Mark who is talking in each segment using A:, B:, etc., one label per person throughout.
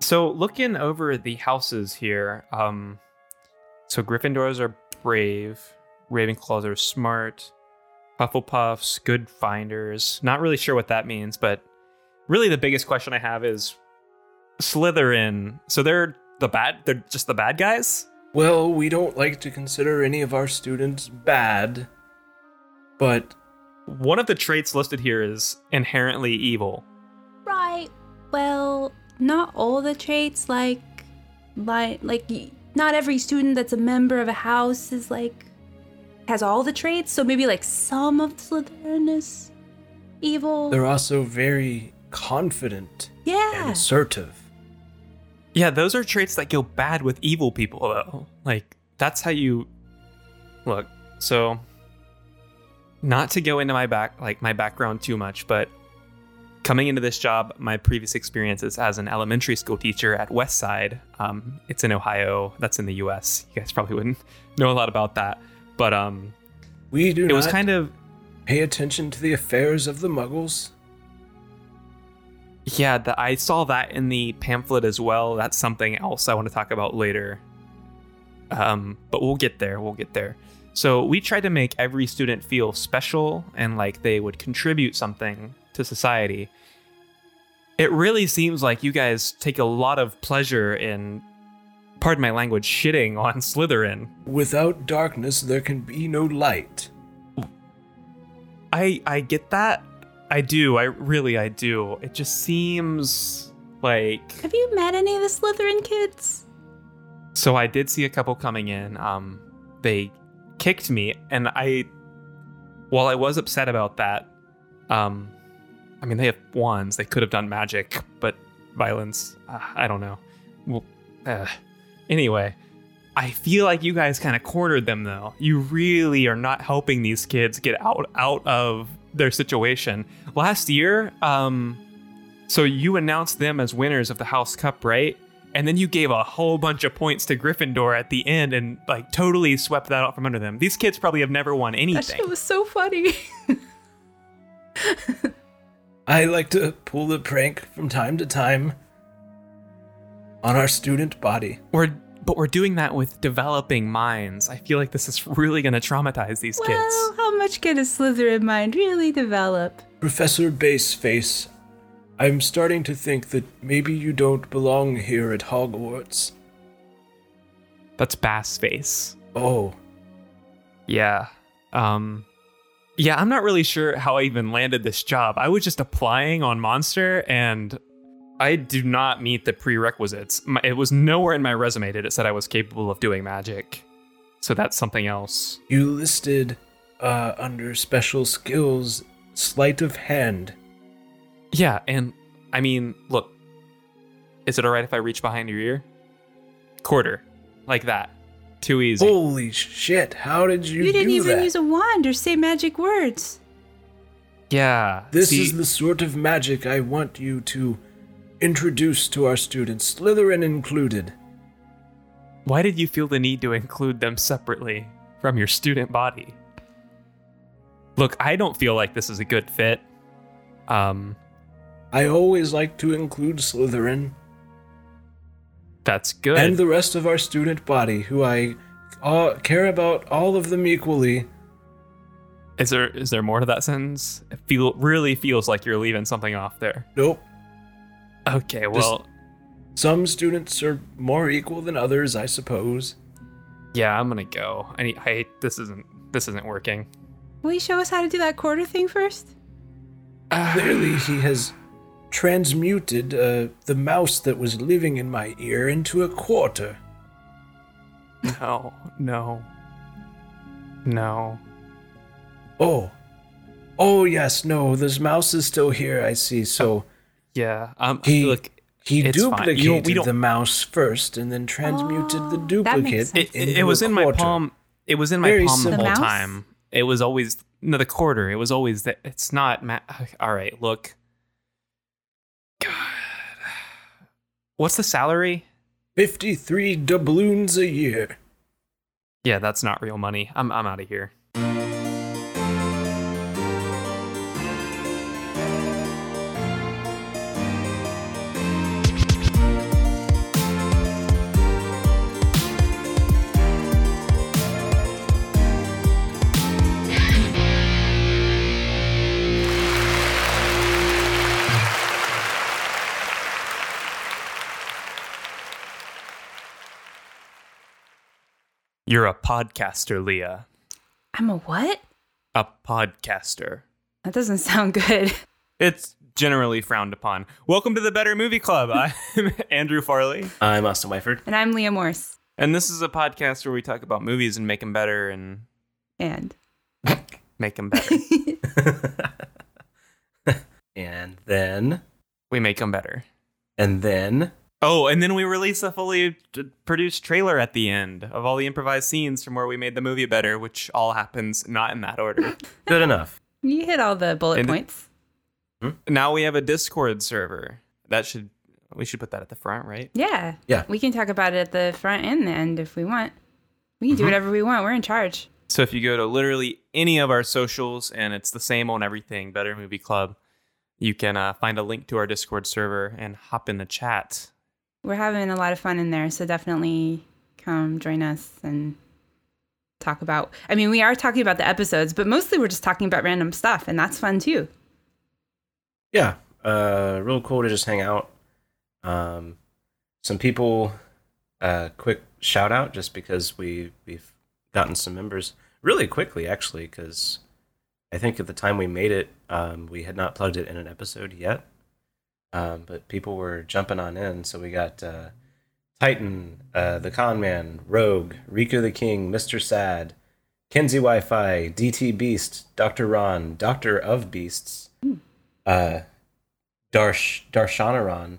A: So looking over the houses here, um, so Gryffindors are brave, Ravenclaws are smart, Hufflepuffs good finders. Not really sure what that means, but really the biggest question I have is Slytherin. So they're the bad. They're just the bad guys.
B: Well, we don't like to consider any of our students bad, but
A: One of the traits listed here is inherently evil.
C: Right. Well, not all the traits like like like y- not every student that's a member of a house is like has all the traits, so maybe like some of Slytherin is evil.
B: they're also very confident and
C: yeah.
B: assertive.
A: Yeah, those are traits that go bad with evil people, though. Like, that's how you look. So, not to go into my back, like my background too much, but coming into this job, my previous experiences as an elementary school teacher at Westside, um, it's in Ohio, that's in the U.S. You guys probably wouldn't know a lot about that, but um,
B: We do
A: it
B: not
A: was kind of
B: pay attention to the affairs of the muggles.
A: Yeah, the, I saw that in the pamphlet as well. That's something else I want to talk about later. Um, but we'll get there. We'll get there. So we tried to make every student feel special and like they would contribute something to society. It really seems like you guys take a lot of pleasure in, pardon my language, shitting on Slytherin.
B: Without darkness, there can be no light.
A: I I get that. I do. I really I do. It just seems like
C: Have you met any of the Slytherin kids?
A: So I did see a couple coming in. Um, they kicked me, and I, while I was upset about that, um, I mean they have wands. They could have done magic, but violence. Uh, I don't know. Well, uh, anyway, I feel like you guys kind of cornered them though. You really are not helping these kids get out out of their situation. Last year, um, so you announced them as winners of the House Cup, right? And then you gave a whole bunch of points to Gryffindor at the end and like totally swept that out from under them. These kids probably have never won
C: That
A: anything.
C: shit was so funny.
B: I like to pull the prank from time to time on our student body.
A: we're but we're doing that with developing minds. I feel like this is really going to traumatize these
C: well,
A: kids.
C: how much can a Slytherin mind really develop?
B: Professor Baseface, I'm starting to think that maybe you don't belong here at Hogwarts.
A: That's Bass face.
B: Oh,
A: Yeah. Um Yeah, I'm not really sure how I even landed this job. I was just applying on Monster and I do not meet the prerequisites. My, it was nowhere in my resume did it said I was capable of doing magic. So that's something else.
B: you listed uh, under special skills sleight of hand.
A: Yeah, and I mean, look. Is it all right if I reach behind your ear? Quarter. Like that. Too easy.
B: Holy shit! How did you,
C: You, didn't
B: do
C: even
B: that?
C: use a wand or say magic words.
A: yeah.
B: This
A: see-
B: is the sort of magic I want you to introduce to our students, Slytherin included.
A: Why did you feel the need to include them separately from your student body? Look, I don't feel like this is a good fit. Um,
B: I always like to include Slytherin
A: that's good.
B: and the rest of our student body, who I uh, care about all of them equally.
A: is there is there more to that sentence? It feel really feels like you're leaving something off there.
B: Nope.
A: Okay, well,
B: Some students are more equal than others, I suppose.
A: yeah, I'm gonna go. I need, I this isn't this isn't working.
C: Will you show us how to do that quarter thing first?
B: Clearly, he has transmuted uh, the mouse that was living in my ear into a quarter.
A: No, no, no.
B: Oh. Oh, yes, no, this mouse is still here, I see. So
A: Yeah, um,
B: he,
A: look,
B: he
A: it's fine.
B: duplicated
A: You don't- we don't-
B: the mouse first and then transmuted the
C: Oh, that
B: duplicate.
C: makes sense.
A: it, it,
B: into
A: was
B: a
A: in my
B: quarter.
A: palm. It was in my
B: Very
A: palm the
B: simple.
A: whole
C: The mouse?
A: time. It was always no the quarter. It was always that. It's not. Ma- All right, look. God, what's the salary?
B: 53 doubloons a year.
A: Yeah, that's not real money. I'm I'm out of here. You're a podcaster, Leah.
C: I'm a what?
A: A podcaster.
C: That doesn't sound good.
A: It's generally frowned upon. Welcome to the Better Movie Club. I'm Andrew Farley,
D: I'm Austin Wyford.
C: And I'm Leah Morse.
A: and this is a podcast where we talk about movies and make them better and
C: And
A: make them better.
D: and then,
A: we make them better.
D: and then,
A: Oh, and then we release a fully d- produced trailer at the end of all the improvised scenes from where we made the movie better, which all happens not in that order.
D: good enough.
C: you hit all the bullet
A: And-
C: points.
A: now we have a Discord server. That should we should put that at the front, right?
C: Yeah.
D: Yeah.
C: We can talk about it at the front and the end if we want. We can do whatever we want. We're in charge.
A: So if you go to literally any of our socials and it's the same on everything, Better Movie Club, you can uh, find a link to our Discord server and hop in the chat.
C: We're having a lot of fun in there, so definitely come join us and talk about. I mean, we are talking about the episodes, but mostly we're just talking about random stuff, and that's fun too.
D: Yeah, uh, real cool to just hang out. Um, some people, uh, quick shout out just because we we've gotten some members really quickly actually because I think at the time we made it, um, we had not plugged it in an episode yet, um, but people were jumping on in, so we got uh, Titan, uh, the Con Man, Rogue, Rico the King, Mister Sad. Kenzie Wi-Fi, DT Beast, Doctor Ron, Doctor of Beasts, uh, Darsh Darshanaran,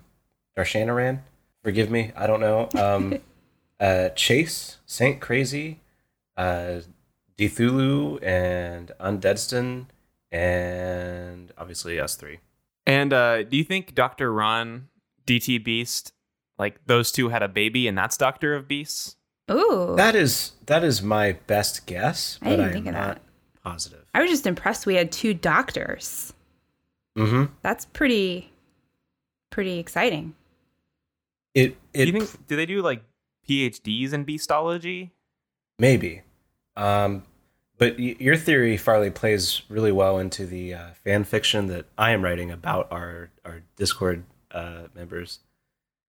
D: Darshanaran. Forgive me, I don't know. Um, uh, Chase Saint Crazy, uh, Dithulu, and Undeadston, and obviously us three.
A: And uh, do you think Dr. Ron, DT Beast, like those two had a baby and that's Doctor of Beasts?
C: Ooh.
D: That is that is my best guess,
C: I
D: but
C: didn't
D: I'm
C: think of
D: not positive.
C: I was just impressed we had two doctors.
D: Mm-hmm.
C: That's pretty, pretty exciting.
D: It
A: Do
D: it
A: you think do they do like PhDs in beastology?
D: Maybe. Um, but y- your theory, Farley, plays really well into the uh, fan fiction that I am writing about our, our Discord uh, members.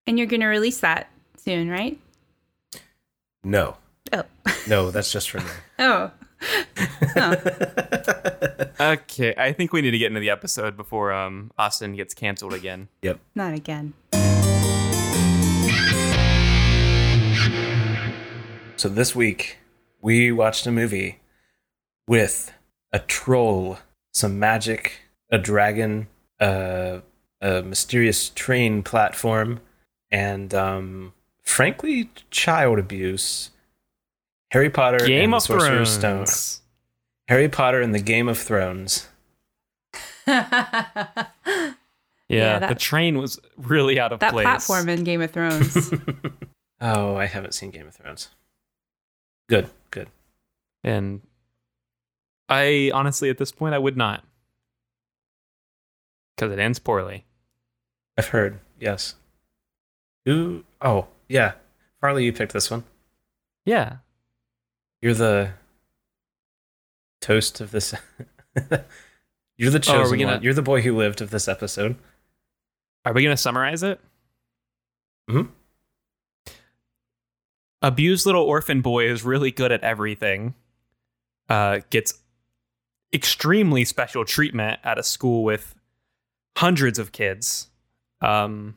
C: And you're going to release that soon, right?
D: No,
C: Oh.
D: no, that's just for me.
C: Oh.
A: Okay, I think we need to get into the episode before um Austin gets canceled again.
D: yep.
C: Not again.
D: So this week,
B: We watched a movie with a troll, some magic, a dragon, uh, a mysterious train platform, and um, frankly, child abuse. Harry Potter and the Sorcerer's Stone. Harry Potter and the Game of Thrones.
C: that
A: Yeah,
C: Yeah,
A: the
C: that-
A: train was really out of place.
C: platform in Game of Thrones.
B: Oh, I haven't seen Game of Thrones. Good, good.
A: and I honestly, at this point, I would not, because it ends poorly.
B: I've heard. Yes. Who? Oh, yeah. Farley, you picked this one.
A: Yeah,
B: You're the toast of this. You're the
A: Oh, are Oh, we
B: chosen
A: gonna-
B: one. You're the boy who lived of this episode.
A: are we gonna summarize it? Mm-hmm.
B: Mhm.
A: Abused little orphan boy is really good at everything. Uh, gets extremely special treatment at a school with hundreds of kids. Um,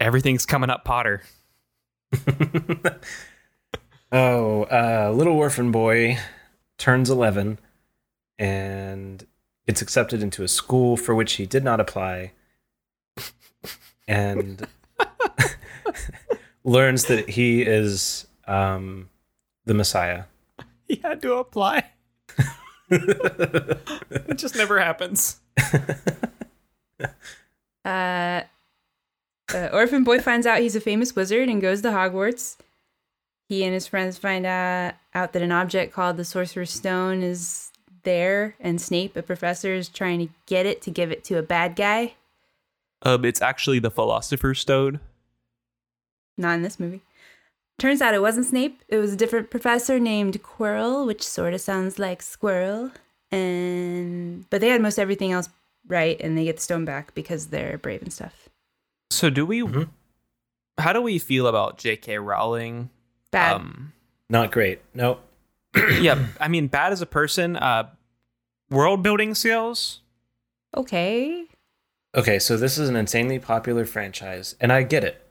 A: everything's coming up, Potter.
B: Oh, uh, little orphan boy turns 11 and gets accepted into a school for which he did not apply and learns that he is um, the Messiah.
A: He had to apply. it just never happens.
C: uh, uh, orphan boy finds out he's a famous wizard and goes to Hogwarts. He and his friends find out, out that an object called the Sorcerer's Stone is there, and Snape, a professor, is trying to get it to give it to a bad guy.
A: Um, it's actually the Philosopher's Stone.
C: Not in this movie. Turns out it wasn't Snape. It was a different professor named Quirrell, which sort of sounds like squirrel. And but they had most everything else
B: Mm-hmm.
C: right, and they get the stone back because they're brave and stuff.
A: So do we? how do we feel about J.K. Rowling?
C: Bad.
A: Um,
B: Not great. Nope.
A: yeah, I mean, bad as a person. Uh, world building skills.
C: okay.
B: Okay, so this is an insanely popular franchise, and I get it.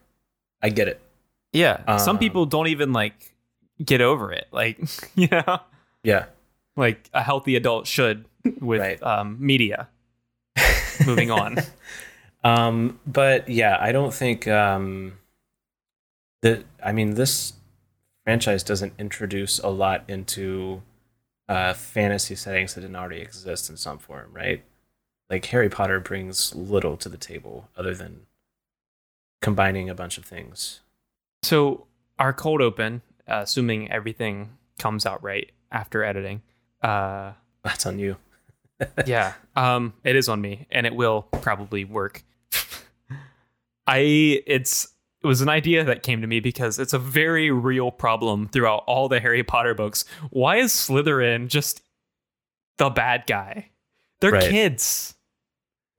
B: I get it.
A: Yeah, some
B: Um,
A: people don't even like get over it. Like you know,
B: Yeah.
A: like a healthy adult should with
B: Right.
A: um, media. Moving on.
B: Um, but yeah, I don't think um, that. I mean, this franchise doesn't introduce a lot into uh, fantasy settings that didn't already exist in some form, right? Like Harry Potter brings little to the table other than combining a bunch of things.
A: So our cold open, uh, assuming everything comes out right after editing. Uh,
B: That's on you.
A: yeah, um, it is on me, and it will probably work. I it's it was an idea that came to me because it's a very real problem throughout all the Harry Potter books. Why is Slytherin just the bad guy? They're
B: Right.
A: kids.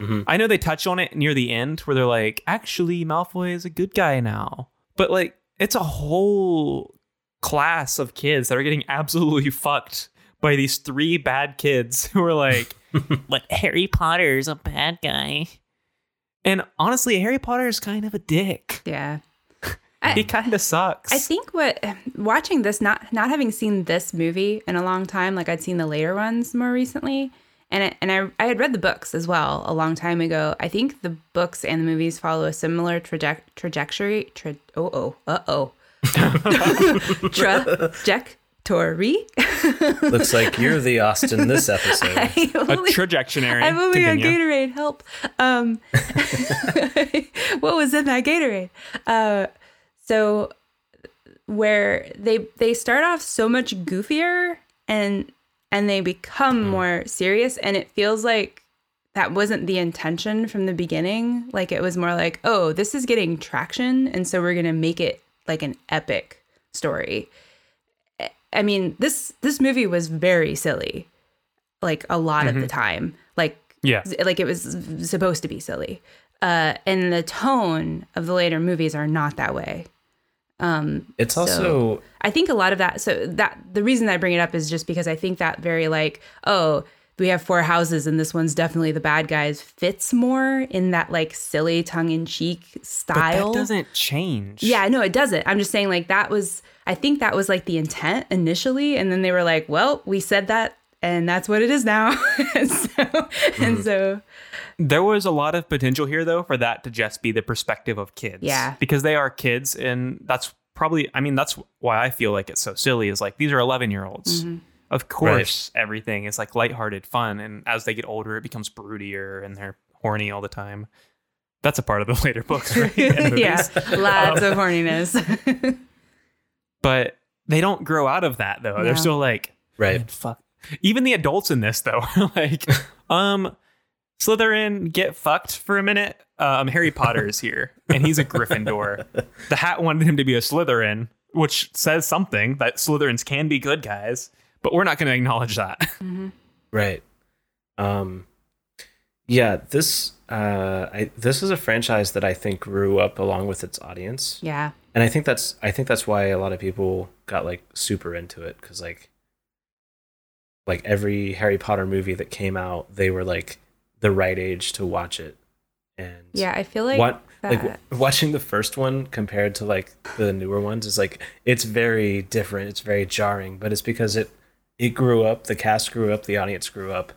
B: Mhm.
A: I know they touch on it near the end where they're like, actually, Malfoy is a good guy now. But like, it's a whole class of kids that are getting absolutely fucked by these three bad kids who are like, but Harry Potter's a bad guy. And honestly, Harry Potter is kind of a dick.
C: Yeah.
A: He kind of sucks.
C: I think what watching this not not having seen this movie in a long time, like I'd seen the later ones more recently, and I, and I I had read the books as well a long time ago. I think the books and the movies follow a similar traje- trajectory. Tra- oh oh uh oh. Trajectory.
B: Looks like you're the Austin this episode.
C: I
A: a
C: only-
A: trajectionary.
C: I'm only on
A: Continue.
C: Gatorade. Help. Um, what was in that Gatorade? Uh, so where they they start off so much goofier and and they become more serious and it feels like that wasn't the intention from the beginning like it was more like oh this is getting traction and so we're going to make it like an epic story I- i mean this this movie was very silly like a lot of the time like
A: Yeah.
C: like it was supposed to be silly uh and the tone of the later movies are not that way
B: It's also
C: I think a lot of that. So that the reason I bring it up is just because I think that very like, oh, we have four houses and this one's definitely the bad guys fits more in that like silly tongue in cheek style.
A: That doesn't change.
C: yeah, no, it doesn't. I'm just saying like that was. I think that was like the intent initially, and then they were like, well, we said that. And that's what it is now. and so,
A: Mm-hmm.
C: and so,
A: There was a lot of potential here, though, for that to just be the perspective of kids.
C: Yeah.
A: Because they are kids, and that's probably, I mean, that's why I feel like it's so silly is like these are 11 year olds.
C: Mm-hmm.
A: Of course, everything is like lighthearted fun. And as they get older, it becomes broodier and they're horny all the time. That's a part of the later books, right? And movies.
C: yeah, lots of horniness.
A: But they don't grow out of that, though.
C: Yeah.
A: They're still like,
B: right.
A: fuck. Even the adults in this though are like, um, Slytherin, get fucked for a minute. Um, Harry Potter is here, and he's a Gryffindor. The hat wanted him to be a Slytherin, which says something that Slytherins can be good guys, but we're not going to acknowledge that.
B: Right. Um yeah, this uh I this is a franchise that I think grew up along with its audience.
C: yeah,
B: And I think that's I think that's why a lot of people got like super into it cuz like like every Harry Potter movie that came out, they were like the right age to watch it. And
C: yeah. I feel like
B: what
C: that.
B: like w- watching the first one compared to like the newer ones is like it's very different it's very jarring but it's because it it grew up the cast grew up the audience grew up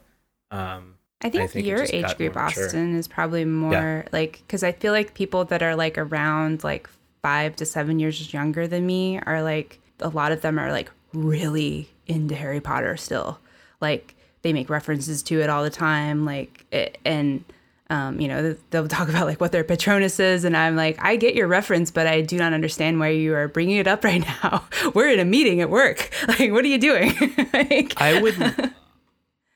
B: um
C: I think,
B: think it
C: your
B: just
C: age
B: got
C: group,
B: more mature.
C: Austin, is probably more like because I feel like people that are like around like five to seven years younger than me are like a lot of them are like really into Harry Potter still. Like they make references to it all the time. Like it, and um, you know they'll talk about like what their Patronus is, and I'm like, I get your reference, but I do not understand why you are bringing it up right now. We're in a meeting at work. Like, what are you doing? like,
A: I would,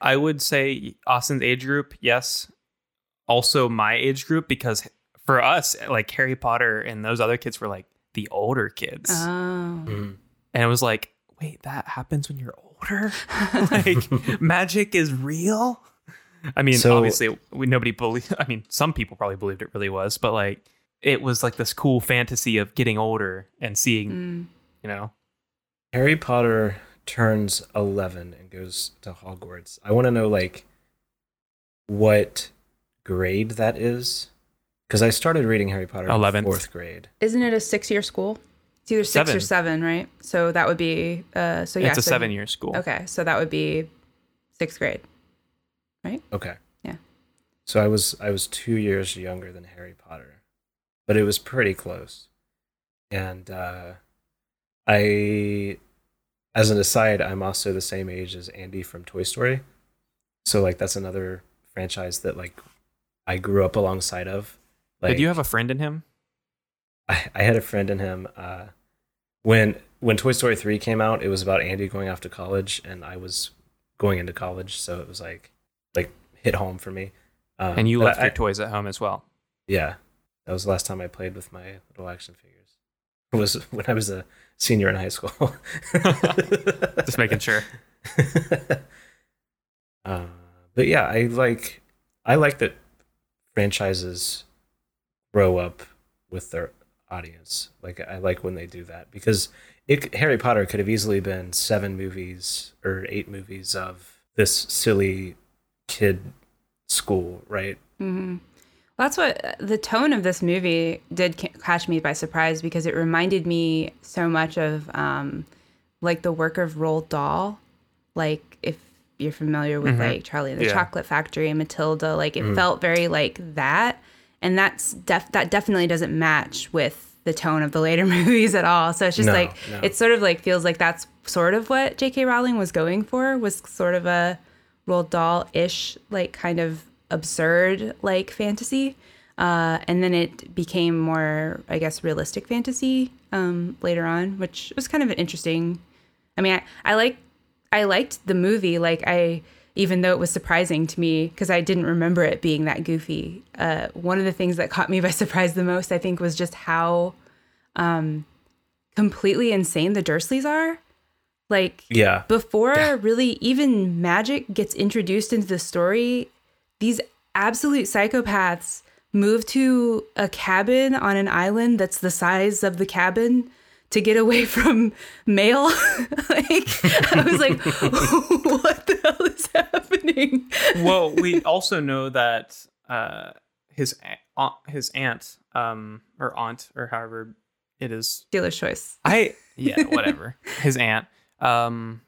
A: I would say Austin's age group, yes. Also my age group, because for us, like Harry Potter and those other kids were like the older kids.
C: oh.
A: And it was like, wait, that happens when you're older? like, magic is real? I mean,
B: So-
A: obviously, we, nobody believed, I mean, some people probably believed it really was, but like, it was like this cool fantasy of getting older and seeing,
C: Mm.
A: you know,
B: Harry Potter turns 11 and goes to Hogwarts. I want to know like what grade that is because I started reading Harry Potter in
A: 11th.
B: 4th grade.
C: Isn't it a six-year school? It's either six or
A: Seven.
C: seven, right? So that would be uh. So yeah,
A: it's a
C: so-
A: seven-year school.
C: Okay, so that would be sixth grade.
B: Okay.
C: Yeah.
B: So I was I was 2 years younger than Harry Potter. But it was pretty close. And uh I as an aside, I'm also the same age as Andy from Toy Story. So like that's another franchise that like I grew up alongside of. Like
A: Did you have a friend in him?
B: I, I had a friend in him uh, when when Toy Story three came out. It was about Andy going off to college, and I was going into college, so it was like like hit home for me. Um,
A: And you
B: but
A: left
B: I-
A: your toys at home as well.
B: yeah, that was the last time I played with my little action figures. was when I was a senior in high school.
A: Just making sure.
B: uh, but yeah, I like I like that franchises grow up with their audience. Like I like when they do that because it Harry Potter could have easily been seven movies or eight movies of this silly kid school, right?
C: hmm That's what the tone of this movie did ca- catch me by surprise because it reminded me so much of um, like the work of Roald Dahl. Like if you're familiar with
A: Mhm.
C: like Charlie and the
A: Yeah. Mm-hmm.
C: Chocolate Factory and Matilda, like it felt very like that, and that's def- that definitely doesn't match with the tone of the later movies at all. So it's just
B: No,
C: like
B: no.
C: it's sort of like feels like that's sort of what J.K. Rowling was going for was sort of a Roald Dahl ish, like kind of absurd like fantasy. Uh, and then it became more, I guess, realistic fantasy um, later on, which was kind of an interesting. I mean, I, I like I liked the movie. Like I, even though it was surprising to me because I didn't remember it being that goofy. Uh, one of the things that caught me by surprise the most, I think, was just how um, completely insane the Dursleys are. Like
B: Yeah.
C: before really even magic gets introduced into the story, these absolute psychopaths move to a cabin on an island that's the size of the cabin to get away from mail. like I was like, what the hell is happening?
A: well, we also know that uh, his a- au- his aunt um, or aunt or however it is.
C: Dealer's choice.
A: I yeah, whatever. his aunt. Um,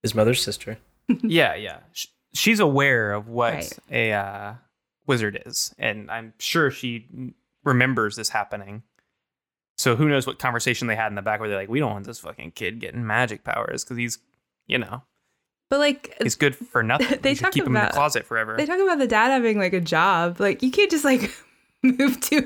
B: His mother's sister.
A: yeah, yeah. Sh- she's aware of what
C: Right.
A: a uh, wizard is, and I'm sure she n- remembers this happening. So who knows what conversation they had in the back where they're like, "We don't want this fucking kid getting magic powers because he's, you know,
C: But like
A: he's good for nothing.
C: They
A: we should
C: talk
A: keep him in the
C: about-
A: closet forever."
C: they talk about the dad having like a job. Like you can't just like move to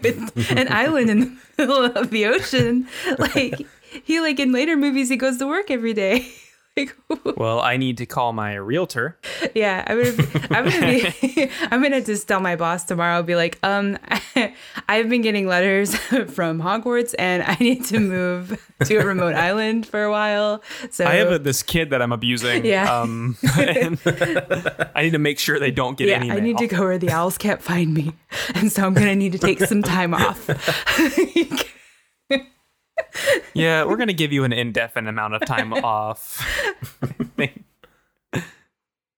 C: an, an island in the middle of the ocean. Like he like in later movies he goes to work every day. Like
A: well, I need to call my realtor.
C: yeah, I would have, I'm gonna be I'm gonna just tell my boss tomorrow. I'll be like, um, I, I've been getting letters from Hogwarts and I need to move to a remote island for a while. So
A: I have a, this kid that I'm abusing.
C: Yeah.
A: Um, and I need to make sure they don't get
C: yeah,
A: any.
C: I need to
A: mail.
C: go where the owls can't find me, and so I'm gonna need to take some time off.
A: Yeah, we're gonna give you an indefinite amount of time off.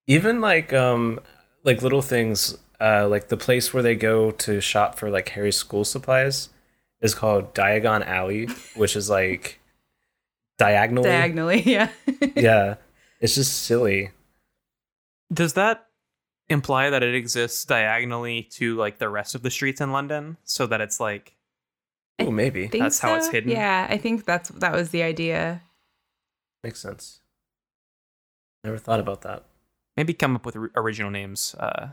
B: even like um like little things uh like the place where they go to shop for like harry's school supplies is called diagon alley which is like diagonally
C: diagonally. Yeah.
B: yeah it's just silly
A: Does that imply that it exists diagonally to like the rest of the streets in London, so that it's like
B: oh maybe
C: Think
A: That's how it's
C: so?
A: hidden.
C: Yeah, I think that's that was the idea.
B: makes sense never thought about that
A: maybe come up with or- original names? Uh,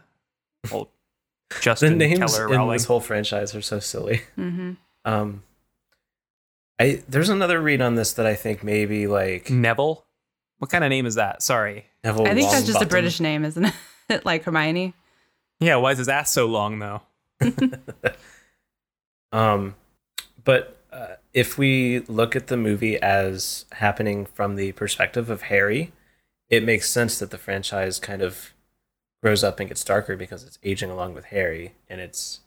A: old
B: the
A: Justin
B: names
A: Keller
B: in
A: Rowling.
B: this whole franchise are so silly
C: Mm-hmm.
B: um i there's another read on this that i think maybe like
A: Mm. Neville. What kind of name is that? Sorry.
B: Neville
C: I think that's just a
B: Longbottom-
C: British name, isn't it? like Hermione.
A: Yeah, why is his ass so long though?
B: Um, but uh, if we look at the movie as happening from the perspective of Harry, it makes sense that the franchise kind of grows up and gets darker because it's aging along with Harry, and it's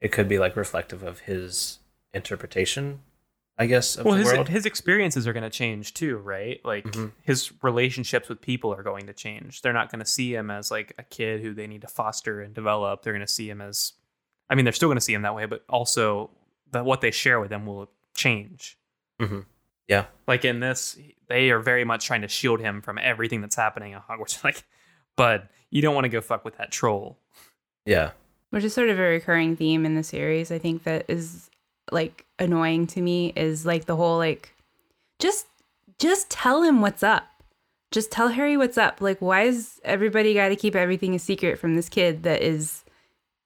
B: it could be like reflective of his interpretation, I guess, of
A: well,
B: the
A: his,
B: world.
A: his experiences are going to change too, right? Like
B: Mhm.
A: his relationships with people are going to change. They're not going to see him as like a kid who they need to foster and develop. They're going to see him as, I mean, they're still going to see him that way, but also that what they share with them will change.
B: Mhm. Yeah.
A: Like in this, they are very much trying to shield him from everything that's happening at Hogwarts. Like, but you don't want to go fuck with that troll.
B: yeah.
C: which is sort of a recurring theme in the series. I think that is like annoying to me is like the whole like just just tell him what's up. Just tell Harry what's up. Like why is everybody got to keep everything a secret from this kid that is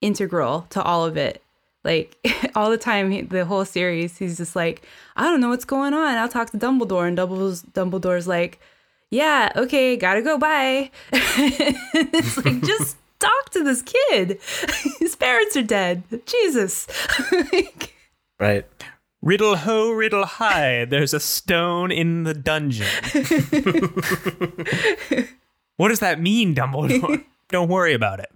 C: integral to all of it? Like all the time he- the whole series he's just like I don't know what's going on. I'll talk to Dumbledore and Dumbledore's Dumbledore's like yeah, okay, gotta go. Bye. it's like just talk to this kid. His parents are dead. Jesus. Like,
B: Right.
A: Riddle ho, riddle hi. There's a stone in the dungeon. what does that mean, Dumbledore? Don't worry about it.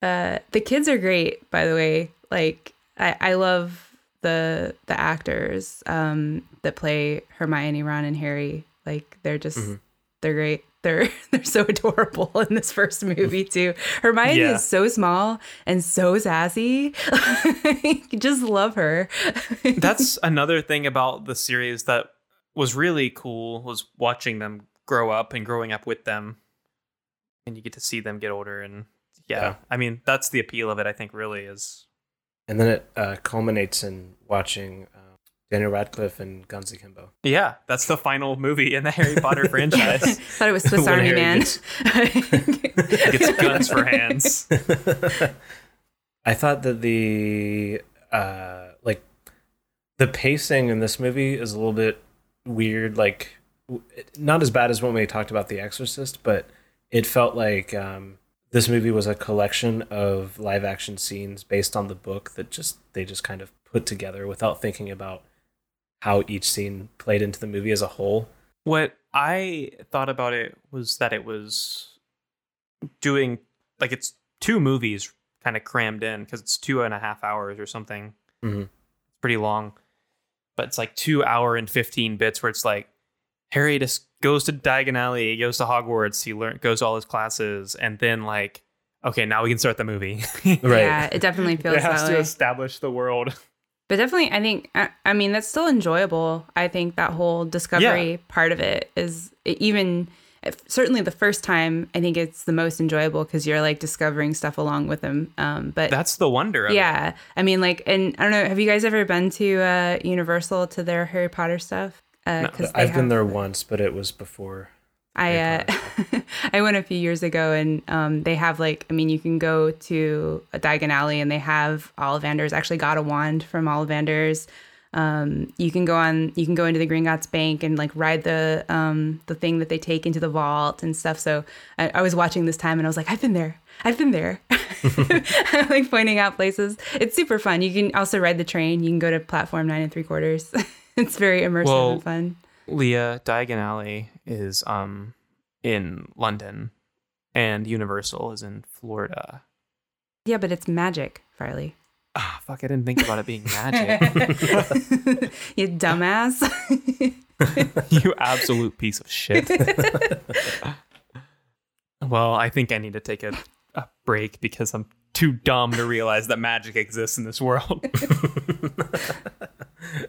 C: uh, the kids are great, by the way. Like I, I love the the actors um, that play Hermione, Ron, and Harry. Like they're just they're great. They're they're so adorable in this first movie too. Hermione
A: Yeah.
C: is so small and so sassy. just love her.
A: That's another thing about the series that was really cool was watching them grow up and growing up with them. And you get to see them get older and yeah.
B: Yeah.
A: I mean, that's the appeal of it, I think really is
B: And then it uh, culminates in watching uh, Daniel Radcliffe and Guns Akimbo.
A: yeah, that's the final movie in the Harry Potter franchise.
C: Thought it was Swiss
B: When
C: Army
B: Harry
C: Man.
B: gets-
A: Gets guns for hands.
B: I thought that the uh like the pacing in this movie is a little bit weird like w- not as bad as when we talked about The Exorcist, but it felt like um this movie was a collection of live action scenes based on the book that just they just kind of put together without thinking about how each scene played into the movie as a whole.
A: What I thought about it was that it was doing like it's two movies kind of crammed in because it's two and a half hours or something.
B: Mhm.
A: It's pretty long, but it's like two hour and fifteen bits where it's like Harry just goes to Diagon Alley, he goes to Hogwarts, he learn goes to all his classes, and then like okay, now we can start the movie.
B: Right.
C: Yeah, it definitely feels
A: it has
C: that
A: to
C: way.
A: establish the world.
C: But definitely, I think, I, I mean, that's still enjoyable. I think that whole discovery part of it is e, even, if- certainly the first time, I think it's the most enjoyable because you're like discovering stuff along with them. Um, but
A: That's the wonder of it.
C: yeah, I mean, like, and I don't know, have you guys ever been to uh, Universal to their Harry Potter stuff? Uh, 'cause they
B: I've been
C: have-
B: there once, but it was before
C: I uh, I went a few years ago, and um, they have like I mean, you can go to a Diagon Alley, and they have Ollivander's actually got a wand from Ollivander's. Um, you can go on, you can go into the Gringotts Bank and like ride the um, the thing that they take into the vault and stuff. So I, I was watching this time, and I was like, I've been there, I've been there, like pointing out places. It's super fun. You can also ride the train. You can go to platform nine and three quarters. it's very immersive
A: Well,
C: and fun.
A: Leah Diagon Alley is um in London, and Universal is in Florida.
C: Yeah, but it's magic, Farley.
A: Ah, fuck! I didn't think about it being magic.
C: you dumbass.
A: you absolute piece of shit. well, I think I need to take a, a break because I'm too dumb to realize that magic exists in this world. I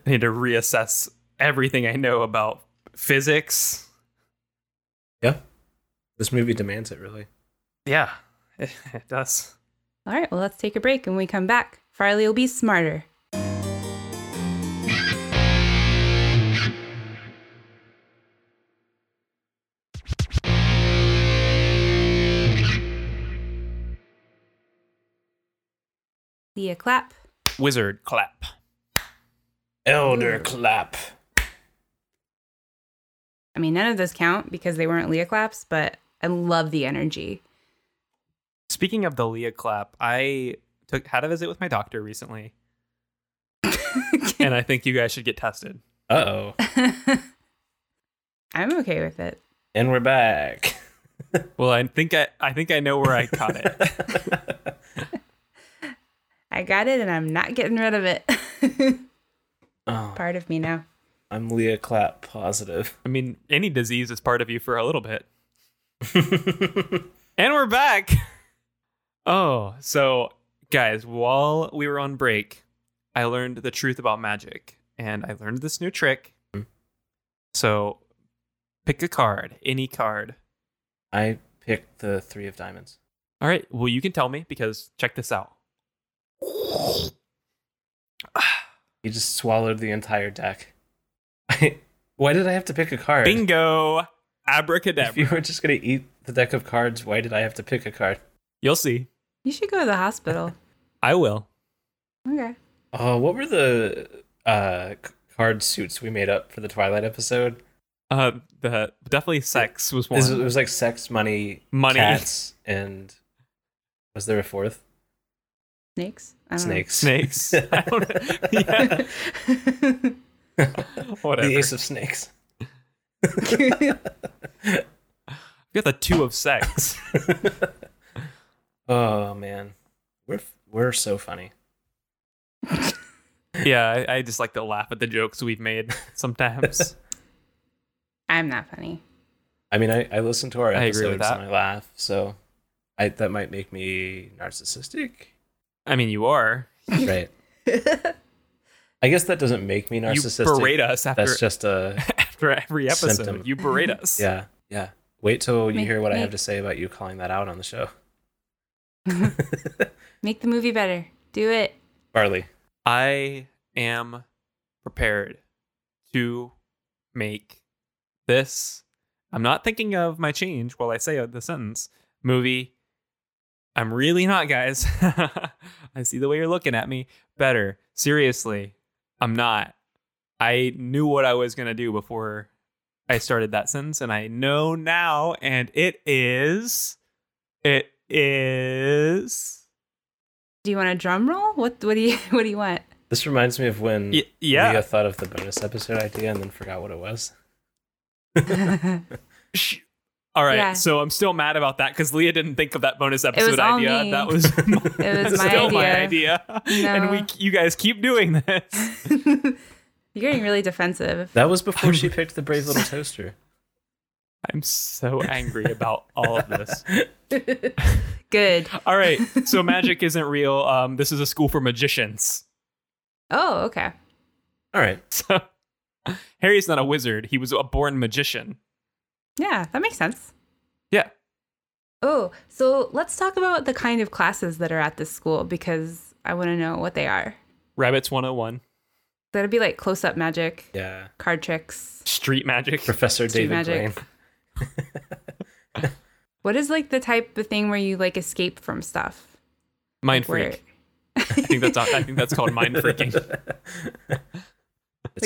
A: need to reassess everything I know about physics.
B: Yeah. This movie demands it really.
A: Yeah, it does.
C: All right, well, let's take a break. And when we come back, Farley will be smarter. Leah clap.
A: Wizard clap.
B: Elder
A: Hmm.
B: clap.
C: I mean, none of those count because they weren't Leah claps, but I love the energy.
A: Speaking of the Leah clap, I took had a visit with my doctor recently, and I think you guys should get tested.
B: Uh oh.
C: I'm okay with it.
B: and we're back.
A: Well, I think I, I think I know where I caught it.
C: I got it and I'm not getting rid of it.
B: Oh,
C: Part of me now.
B: I'm Leah Clap positive.
A: I mean, any disease is part of you for a little bit. and we're back. Oh, so guys, while we were on break, I learned the truth about magic and I learned this new trick. So pick a card, any card.
B: I picked the three of diamonds.
A: All right, well, you can tell me because check this out.
B: You just swallowed the entire deck. why did I have to pick a card?
A: Bingo!
B: If
A: Abracadabra.
B: you were just gonna eat the deck of cards, why did I have to pick a card?
A: You'll see.
C: You should go to the hospital.
A: I will.
C: Okay.
B: Oh, what were the uh c- card suits we made up for the Twilight episode?
A: Uh, the definitely sex was
B: It was, it
A: one.
B: was like sex, money,
A: Money.
B: cats, and was there a fourth?
C: Snakes? I don't know.
B: Snakes.
A: Snakes. I don't- yeah, whatever.
B: The ace of snakes.
A: You got the two of sex.
B: Oh man, we're f- we're so funny.
A: yeah, I, I just like to laugh at the jokes we've made sometimes.
C: I'm not funny.
B: I mean, I, I listen to our
A: I agree with
B: episodes
A: that.
B: and I laugh, so I that might make me narcissistic,
A: I mean, you are.
B: right? I guess that doesn't make me narcissistic.
A: You berate us after
B: That's just a
A: after every episode.
B: symptom.
A: You berate us.
B: yeah, yeah. Wait till you
C: Make-
B: hear what I have
C: make-
B: to say about you calling that out on the show,
C: Make the movie better. Do it.
B: Barley.
A: I am prepared to make this. I'm not thinking of my change while I say the sentence. Movie. I'm really not, guys. I see the way you're looking at me. Better. Seriously, I'm not. I knew what I was going to do before I started that sentence, and I know now, and it is. It is.
C: Do you want a drum roll? What what do you what do you want?
B: This reminds me of when
A: Y- yeah.
B: Leah thought of the bonus episode idea and then forgot what it was.
A: Sh- All right,
C: Yeah.
A: so I'm still mad about that because Leah didn't think of that bonus episode
C: all
A: idea.
C: me.
A: That was my,
C: It was my
A: still my
C: idea.
A: idea, and we
C: No.
A: you guys keep doing this.
C: You're getting really defensive.
B: That was before she picked the brave little toaster.
A: I'm so angry about all of this.
C: Good.
A: All right, so magic isn't real. Um, this is a school for magicians.
C: Oh, okay.
B: All right,
A: So Harry's not a wizard; he was a born magician.
C: Yeah, that makes sense.
A: Yeah,
C: Oh, so let's talk about the kind of classes that are at this school because I want to know what they are.
A: rabbits 101,
C: That'd be like close up magic,
B: yeah.
C: card tricks.
A: street magic.
B: Professor
C: Street
B: David
C: magic.
B: Blaine.
C: What is like the type of thing where you like escape from stuff?
A: Mind
C: Where,
A: freak. I think that's I think that's called mind freaking.
B: It's
C: like where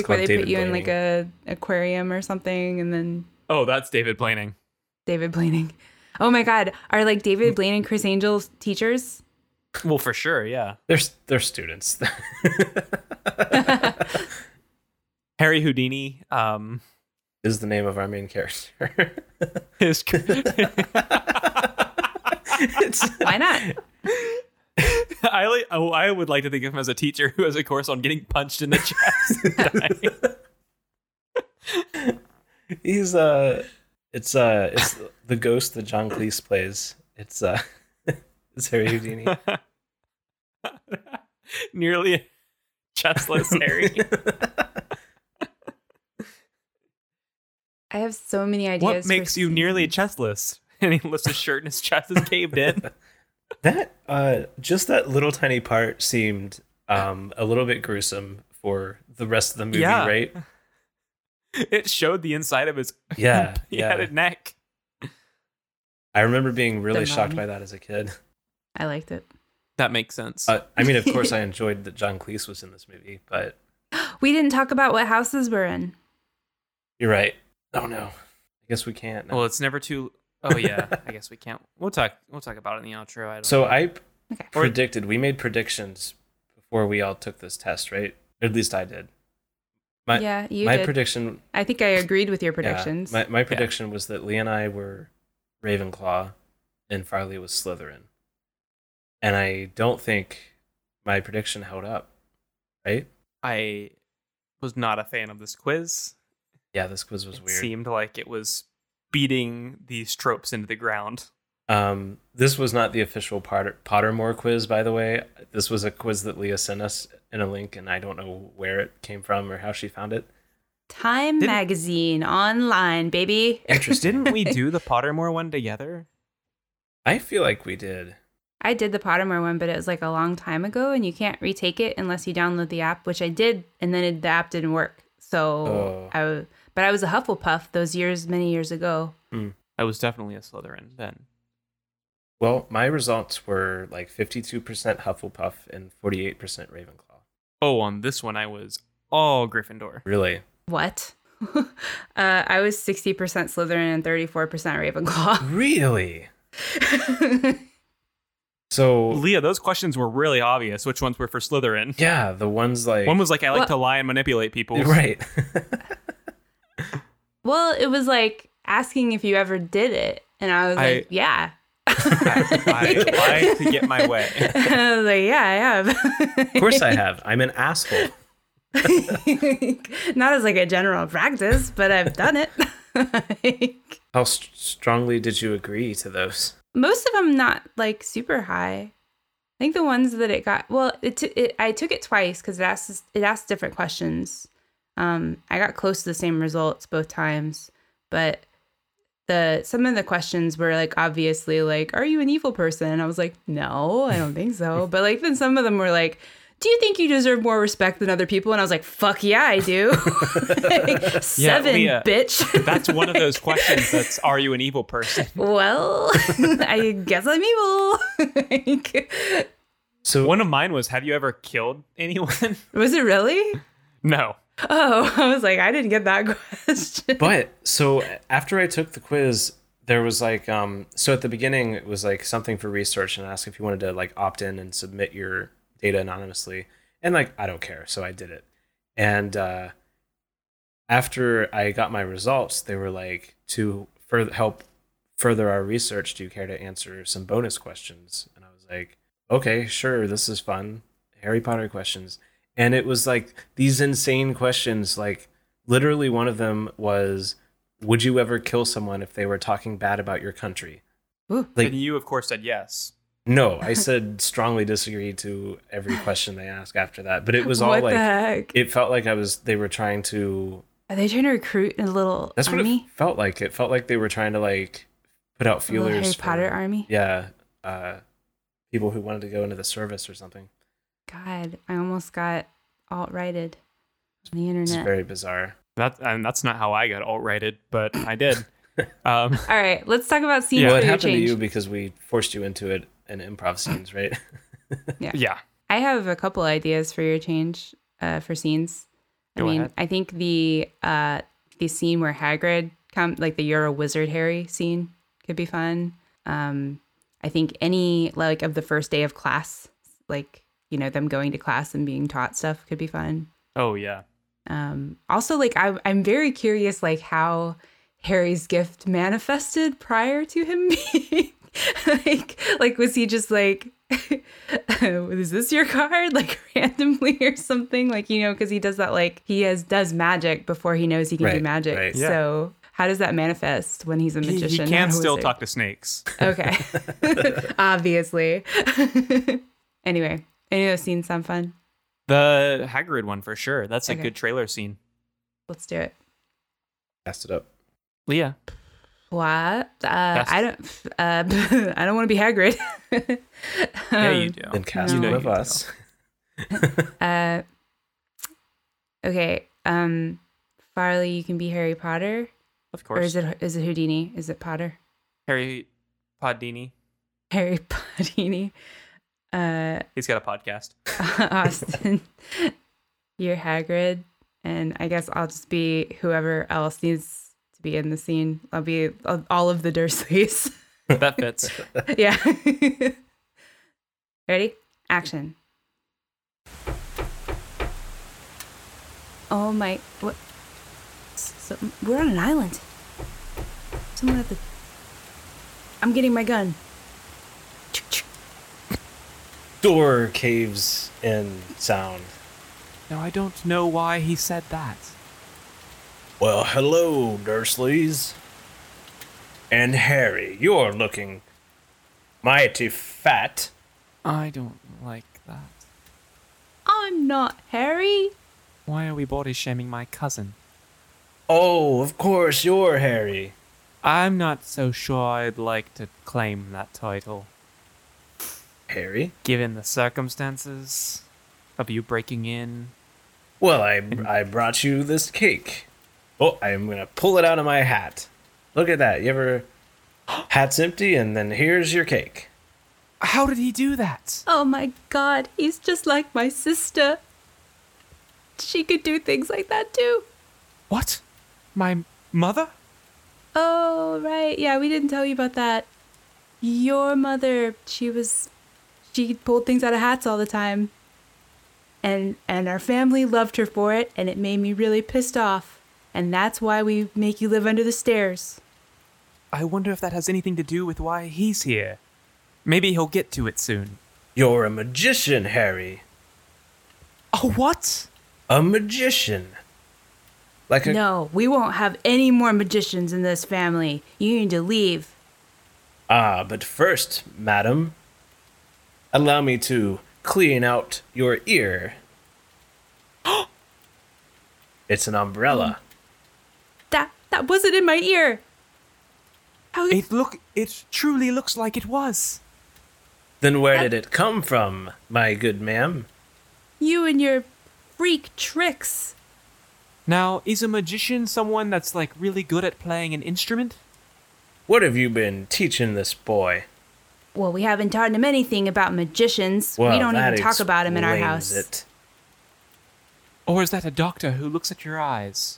B: called
C: they
B: David
C: put you in
B: Blaine.
C: like a aquarium or something and then
A: Oh, that's David Planing.
C: David Blaning. Oh my god, are like David
A: Hmm.
C: Blaine and Chris Angel teachers?
A: Well, for sure, yeah.
B: They're, they're students.
A: Harry Houdini. Um,
B: is the name of our main character.
A: his
B: it's,
C: Why not?
A: I like, oh, I would like to think of him as a teacher who has a course on getting punched in the chest. and dying.
B: he's uh it's uh it's the ghost that John Cleese plays. It's uh it's Harry Houdini.
A: Nearly chestless Harry.
C: I have so many ideas.
A: what
C: for
A: makes you
C: scenes.
A: nearly chestless? And he lifts his shirt and his chest is caved in.
B: That uh just that little tiny part seemed um a little bit gruesome for the rest of the movie,
A: Yeah.
B: right?
A: It showed the inside of his
B: Yeah. Yeah.
A: beheaded neck.
B: I remember being really
C: The
B: shocked
C: mummy.
B: by that as a kid.
C: I liked it.
A: That makes sense.
B: Uh, I mean, of course I enjoyed that John Cleese was in this movie, but
C: We didn't talk about what houses we're in.
B: you're right. Oh no. I guess we can't. now.
A: well, it's never too. Oh yeah, I guess we can't. We'll talk. We'll talk about it in the outro. I don't
B: So I p-
C: Okay.
B: predicted. We made predictions before we all took this test, right? Or at least I did. My-
C: yeah, you
B: my
C: did.
B: prediction.
C: I think I agreed with your
B: yeah,
C: predictions.
B: my my prediction was that Lee and I were Ravenclaw, and Farley was Slytherin. And I don't think my prediction held up, right?
A: I was not a fan of this quiz.
B: Yeah, this quiz was
A: it
B: weird.
A: seemed like it was beating these tropes into the ground.
B: Um, this was not the official Potter- Pottermore quiz, by the way. This was a quiz that Leah sent us in a link, and I don't know where it came from or how she found it.
C: Time
A: Didn't-
C: magazine online, baby.
B: Interesting.
A: Didn't we do the Pottermore one together?
B: I feel like we did.
C: I did the Pottermore one, but it was like a long time ago, and you can't retake it unless you download the app, which I did, and then it, the app didn't work. So
B: Oh.
C: I, w- but I was a Hufflepuff those years, many years ago.
A: I was definitely a Slytherin then.
B: Well, my results were like 52% Hufflepuff and 48% Ravenclaw.
A: Oh, on this one I was all Gryffindor.
B: Really?
C: What? uh, I was sixty percent Slytherin and thirty-four percent Ravenclaw.
B: Really? So,
A: Leah, those questions were really obvious. Which ones were for Slytherin?
B: yeah, the ones like.
A: One was like, I like
C: Well-
A: to lie and manipulate people.
B: Right.
C: well, it was like asking if you ever did it, and I was
A: I-
C: like, yeah.
A: I lie to get my way.
C: I was like, yeah, I have.
B: of course I have. I'm an asshole.
C: Not as like a general practice, but I've done it. Like,
B: How st- strongly did you agree to those?
C: most of them not like super high. I think the ones that it got well, it, t- it I took it twice because it asks it asks different questions. Um, I got close to the same results both times, but the some of the questions were like obviously like, "Are you an evil person?" And I was like, "No, I don't think so." but like then some of them were like. Do you think you deserve more respect than other people? And I was like, "Fuck yeah, I do." Like, seven,
A: Leah.
C: bitch.
A: That's one of those questions that's are you an evil person?
C: Well, I guess I'm evil. Like,
B: So,
A: One of mine was have you ever killed anyone?
C: was it really?
A: no.
C: Oh, I was like, I didn't get that question.
B: but so after I took the quiz, there was like um so at the beginning it was like something for research and ask if you wanted to like opt in and submit your data anonymously. And like I don't care, so I did it. And uh after I got my results, they were like to further help further our research, do you care to answer some bonus questions? And I was like, okay, sure, this is fun. Harry Potter questions. And it was like these insane questions like literally one of them was would you ever kill someone if they were talking bad about your country
C: Ooh.
B: like
A: and you of course said yes.
B: no i said strongly disagree to every question they asked after that but it was all
C: what the
B: like
C: heck?
B: it felt like i was they were trying to
C: Are they trying to recruit a little
B: that's what
C: army?
B: it felt like it felt like they were trying to like put out
C: A little
B: feelers
C: Harry
B: for-
C: Potter army?
B: yeah uh people who wanted to go into the service or something
C: God, I almost got alt righted on the
B: it's
C: internet.
B: very bizarre
A: That and that's not how I got alt righted, but I did. Um,
C: All right, let's talk about scenes
A: Yeah.
C: yeah,
B: well
C: for
B: it
C: your
B: happened
C: change.
B: to you because we forced you into it in improv scenes right
A: yeah.
C: I have a couple ideas for your change uh, for scenes. I
A: Go
C: mean,
A: ahead.
C: I think the uh, the scene where Hagrid come like the Euro Wizard Harry scene could be fun. Um, I think any like of the first day of class, like you know them going to class and being taught stuff could be fun.
A: Oh yeah.
C: Um, also, like I, I'm very curious, like how Harry's gift manifested prior to him being like, like was he just like, is this your card like randomly or something? Like you know, because he does that like he has does magic before he knows he can do
B: Right,
C: magic.
B: right.
A: Yeah.
C: So how does that manifest when he's a
A: He,
C: magician?
A: he
C: not
A: can
C: a
A: still
C: wizard?
A: talk to snakes.
C: Okay, obviously. anyway, any of those scenes sound fun?
A: The Hagrid one for sure. That's a
C: Okay.
A: good trailer scene.
C: Let's do it.
B: passed it up
A: Leah.
C: What? Uh, I don't. Uh, I don't want to be Hagrid.
A: yeah,
C: Um,
A: you do.
B: then cast
C: You know
B: one of
A: you
B: us
C: Uh, okay. Um, Farley, you can be Harry Potter,
A: Of
C: or
A: course.
C: is it is it Houdini? Is it Potter?
A: Harry Podini.
C: Harry Pottini. Uh,
A: He's got a podcast.
C: Austin, you're Hagrid, and I guess I'll just be whoever else needs to be in the scene. I'll be all of the Dursleys.
A: That fits.
C: yeah. Ready? Action. Oh my! What? So, we're on an island. Someone at the. I'm getting my gun.
B: door caves in sound.
A: Now I don't know why he said that.
B: Well, hello, Dursleys. And Harry, you're looking mighty fat.
A: I don't like that.
C: I'm not Harry.
A: Why are we body shaming my cousin?
B: Oh, of course, you're Harry.
A: I'm not so sure I'd like to claim that title,
B: Harry?
A: given the circumstances of you breaking in.
B: Well, I, I brought you this cake. Oh, I'm going to pull it out of my hat. Look at that. You ever. Hat's empty, and then here's your cake.
A: How did he do that?
C: Oh my god, he's just like my sister. She could do things like that too.
A: What? My mother?
C: Oh, right. Yeah, we didn't tell you about that. Your mother, she was she pulled things out of hats all the time. And and our family loved her for it, and it made me really pissed off. And that's why we make you live under the stairs.
A: I wonder if that has anything to do with why he's here. Maybe he'll get to it soon.
B: You're a magician, Harry.
A: Oh, what?
B: A magician. Like a.
C: No, we won't have any more magicians in this family. You need to leave.
B: Ah, but first, madam, allow me to clean out your ear. it's an
C: Mm.
B: umbrella.
C: That that wasn't in my ear. How
A: It look it truly looks like it was.
B: Then where did it come from, my good ma'am?
C: you and your freak tricks.
A: Now, is a magician someone that's like really good at playing an instrument?
B: What have you been teaching this boy?
C: Well, we haven't taught him anything about magicians. we don't
B: that
C: even talk about him in our
B: explains
C: house.
B: it.
A: Or is that a doctor who looks at your eyes?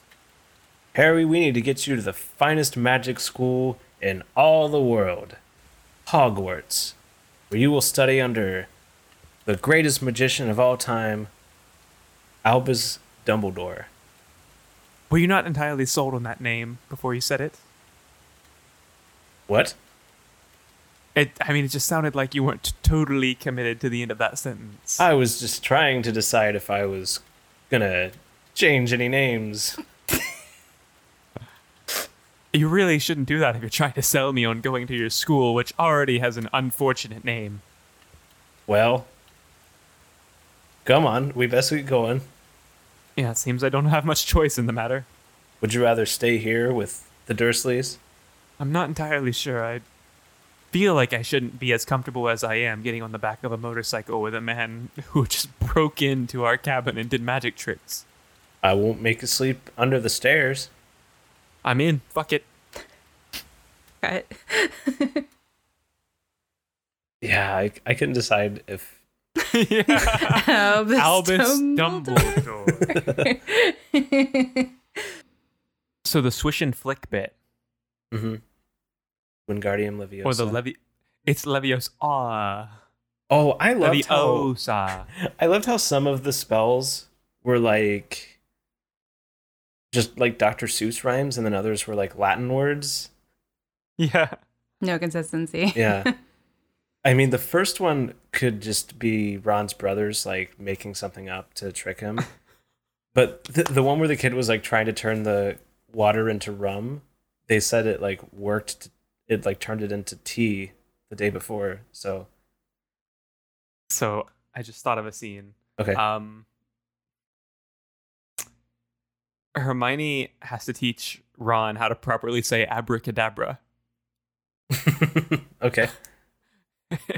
B: Harry, we need to get you to the finest magic school in all the world Hogwarts, where you will study under the greatest magician of all time, Albus Dumbledore.
A: Were you not entirely sold on that name before you said it?
B: What?
A: It I mean it just sounded like you weren't totally committed to the end of that sentence.
B: I was just trying to decide if I was gonna change any names.
A: you really shouldn't do that if you're trying to sell me on going to your school, which already has an unfortunate name.
B: Well, come on, we best get going.
A: Yeah, it seems I don't have much choice in the matter.
B: Would you rather stay here with the Dursleys?
A: I'm not entirely sure. I feel like I shouldn't be as comfortable as I am getting on the back of a motorcycle with a man who just broke into our cabin and did magic tricks.
B: I won't make you sleep under the stairs.
A: I'm in. Fuck it.
C: Cut.
B: Yeah, I, I couldn't decide if
A: yeah.
C: Albus,
A: Albus
C: Dumbledore.
A: Dumbledore. so the swish and flick bit,
B: mm-hmm. Wingardium Leviosa.
A: or the levi, it's leviosa,
B: oh, I loved how
A: leviosa.
B: I loved how some of the spells were like just like Dr. Seuss rhymes, and then others were like Latin words.
A: Yeah.
C: No consistency.
B: Yeah. I mean, the first one could just be Ron's brothers like making something up to trick him. But the, the one where the kid was like trying to turn the water into rum, they said it like worked, to, it like turned it into tea the day before. So,
A: So I just thought of a scene.
B: okay.
A: Um, Hermione has to teach Ron how to properly say abracadabra.
B: okay.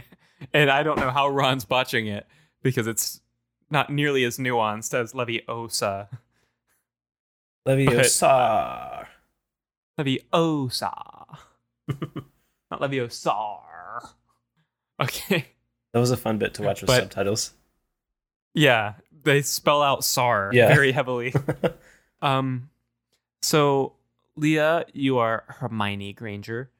A: and I don't know how Ron's botching it because it's not nearly as nuanced as Leviosa.
B: Leviosa.
A: Leviosa. not Leviosa. Okay.
B: That was a fun bit to watch with
A: But-
B: subtitles.
A: Yeah, they spell out SAR
B: Yeah.
A: very heavily. um, so Leah, you are Hermione Granger.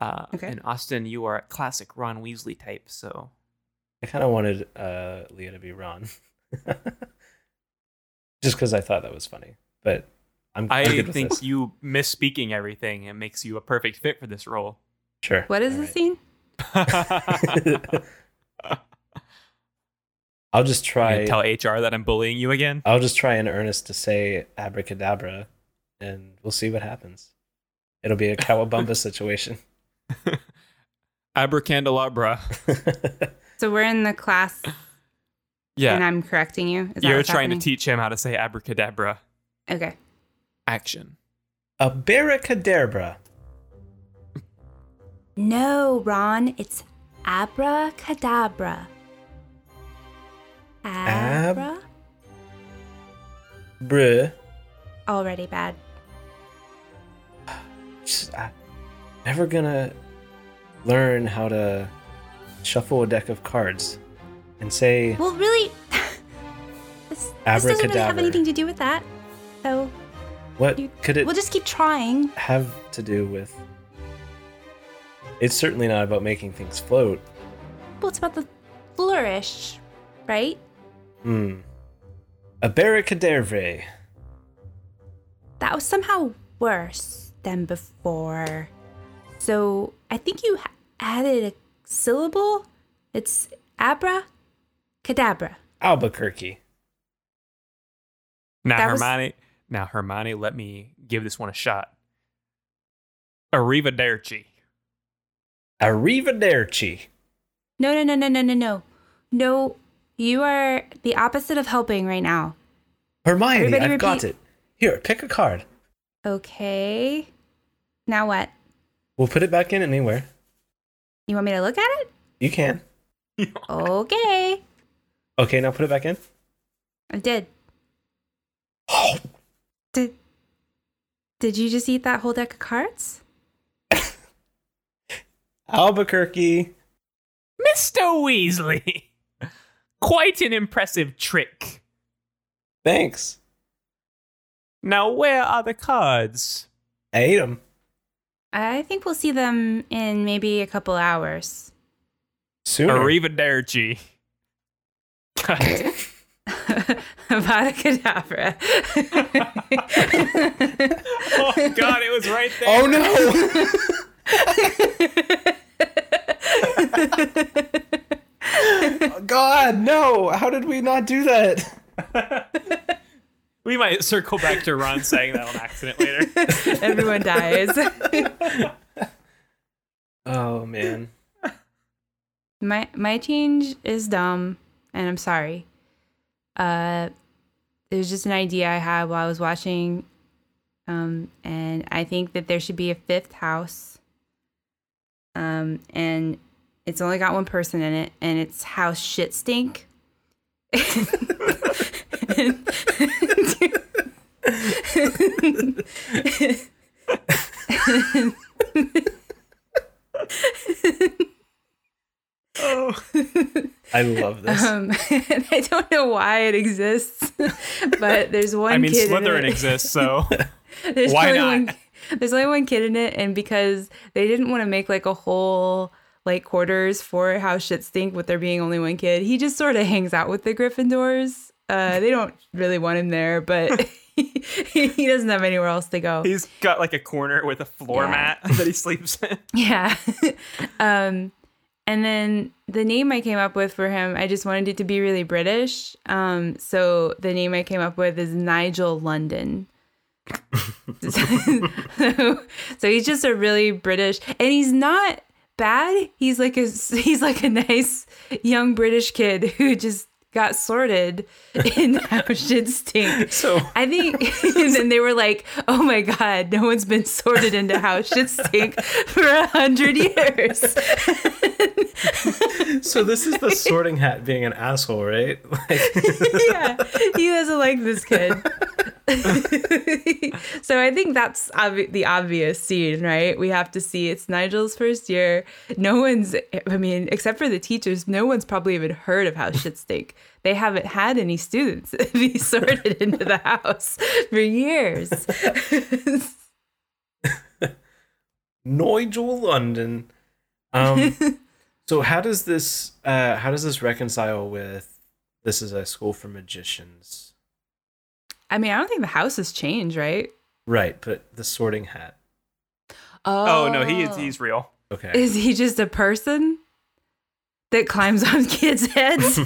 A: Uh,
C: Okay.
A: And Austin, you are a classic Ron Weasley type. So
B: I kind of wanted uh, Leah to be Ron, just because I thought that was funny. But I'm, I'm
A: I
B: good with
A: think
B: this.
A: you misspeaking everything it makes you a perfect fit for this role.
B: sure.
C: What is the
B: All
C: scene?
B: right. I'll just try.
A: You tell HR that I'm bullying you again.
B: I'll just try in earnest to say abracadabra, and we'll see what happens. It'll be a cowabunga situation.
A: Abracandelabra.
C: So we're in the class and
A: Yeah,
C: I'm correcting you. Is that
A: you're
C: what's
A: trying
C: happening?
A: to teach him how to say abracadabra.
C: Okay.
A: Action.
B: abracadabra.
C: No, Ron, it's abracadabra.
B: Ab-
C: Abra?
B: Bruh.
C: Already bad.
B: Just, I, never gonna learn how to shuffle a deck of cards and say
C: Well, really, this, this doesn't really have
B: Abracadabra.
C: anything to do with that. So
B: what
C: you-
B: could it
C: we'll just keep trying.
B: have to do with. It's certainly not about making things float.
C: Well, it's about the flourish, right?
B: Hmm. Abracadabra.
C: That was somehow worse than before. So I think you ha- added a syllable. It's abra, cadabra.
B: Albuquerque.
A: Now
C: That was-
A: Hermione, now Hermione, let me give this one a shot. Arrivederci.
B: Arrivederci.
C: No, no, no, no, no, no, no. No, you are the opposite of helping right now.
B: Hermione,
C: Everybody
B: I've got
C: repeat.
B: it. Here, pick a card.
C: Okay. Now what?
B: We'll put it back in anywhere.
C: You want me to look at it?
B: You can.
C: Okay.
B: Okay, now put it back in.
C: I did. Did Did you just eat that whole deck of cards?
B: Albuquerque.
A: Mr. Weasley. Quite an impressive trick.
B: Thanks.
A: Now, where are the cards?
B: I ate them.
C: I think we'll see them in maybe a couple hours.
B: Sooner.
A: Arrivederci. Oh, God.
C: Avada Kedavra.
A: oh, God, it was right there.
B: oh no! God, no! How did we not do that?
A: We might circle back to Ron saying that on accident later.
C: Everyone dies.
B: Oh man.
C: my my change is dumb, and I'm sorry. Uh, it was just an idea I had while I was watching, um, and I think that there should be a fifth house. Um, and it's only got one person in it, and it's house shit stink.
B: Oh. I love this.
C: Um, and I don't know why it exists, but there's one.
A: I mean,
C: kid
A: Slytherin
C: in it.
A: exists, so
C: There's
A: Why
C: only
A: not?
C: One, there's only one kid in it, and because they didn't want to make like a whole like quarters for how shit stink with there being only one kid, he just sort of hangs out with the Gryffindors. Uh, they don't really want him there, but he doesn't have anywhere else to go.
A: he's got like a corner with a floor
C: Yeah.
A: mat that he sleeps in.
C: Yeah. um, and then the name I came up with for him, I just wanted it to be really British. Um, so the name I came up with is Nigel London. so, so he's just a really British, and he's not bad. He's like a he's like a nice young British kid who just got sorted in how shit stinks.
B: so
C: I think, and then they were like, "Oh my God, no one's been sorted into how shit stink for a hundred years."
B: so this is the sorting hat being an asshole, right? Like
C: yeah, he doesn't like this kid. so I think that's obvi- the obvious scene, right? We have to see it's Nigel's first year. No one's, I mean, except for the teachers, no one's probably even heard of how shit stink. They haven't had any students be sorted into the house for years.
B: Nigel London. Um so how does this uh how does this reconcile with this is a school for magicians?
C: I mean, I don't think the houses change, right?
B: Right, but the sorting hat.
A: Oh, no, Oh, he is, he's real.
B: Okay.
C: Is he just a person? that climbs on kids' heads. and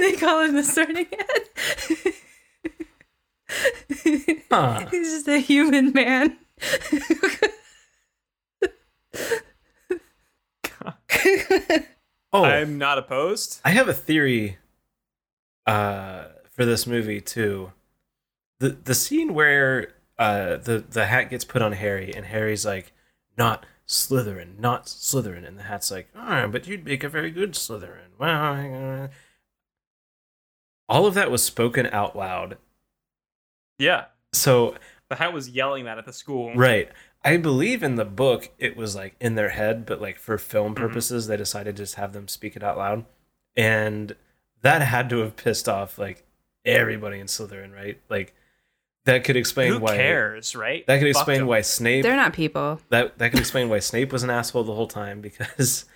C: they call him the Cerning Head.
A: Huh.
C: He's just a human man.
B: Oh,
A: I'm not opposed.
B: I have a theory uh, for this movie too. The the scene where uh, the the hat gets put on Harry and Harry's like, not Slytherin, not Slytherin, and the hat's like, ah, but you'd make a very good Slytherin. Well, uh, all of that was spoken out loud.
A: Yeah,
B: So
A: the hat was yelling that at the school.
B: right, I believe in the book it was like in their head, but like for film
A: Mm-hmm.
B: purposes they decided to just have them speak it out loud, and that had to have pissed off like everybody in Slytherin, right? Like that could explain
A: Who
B: why
A: cares, right?
B: that could
A: Fuck
B: explain
A: 'em.
B: why Snape
C: They're not people.
B: that that could explain why Snape was an asshole the whole time because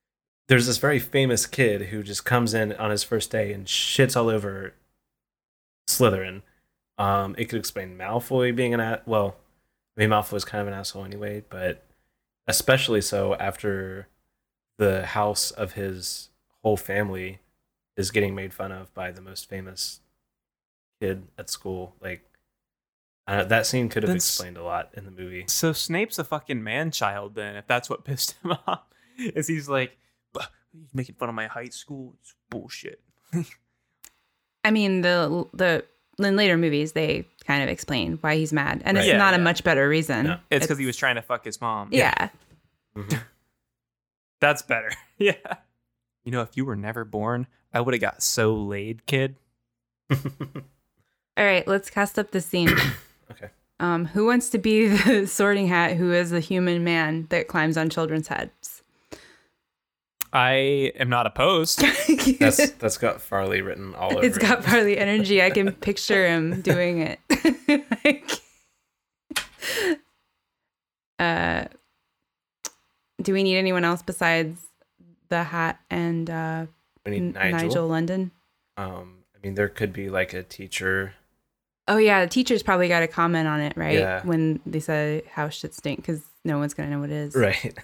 B: there's this very famous kid who just comes in on his first day and shits all over Slytherin. Um, it could explain Malfoy being an a- well, I mean Malfoy's kind of an asshole anyway, but especially so after the house of his whole family is getting made fun of by the most famous kid at school. Like uh, that scene could have
A: That's-
B: explained a lot in the movie.
A: So Snape's a fucking man child then, if that's what pissed him off. Is he's like, "Bah, you're making fun of my high school? It's bullshit.
C: I mean, the the in later movies they kind of explain why he's mad, and it's
A: Right. Yeah,
C: not a
A: yeah.
C: much better reason.
B: No.
A: It's because he was trying to fuck his mom.
C: Yeah.
A: That's better. yeah. You know, if you were never born, I would have got so laid, kid.
C: All right, let's cast up the scene.
B: Okay.
C: Um, who wants to be the Sorting Hat? Who is the human man that climbs on children's heads?
A: I am not opposed.
B: That's that's got Farley written all over.
C: it's got
B: it.
C: Farley energy. I can picture him doing it. Like, uh, do we need anyone else besides the Hat and uh,
B: We
C: N-
B: need
C: Nigel.
B: Nigel.
C: London?
B: Um, I mean, there could be like a teacher.
C: Oh yeah, the teachers probably got a comment on it, right?
B: Yeah.
C: When they say how shit stink, because no one's gonna know what it is.
B: Right.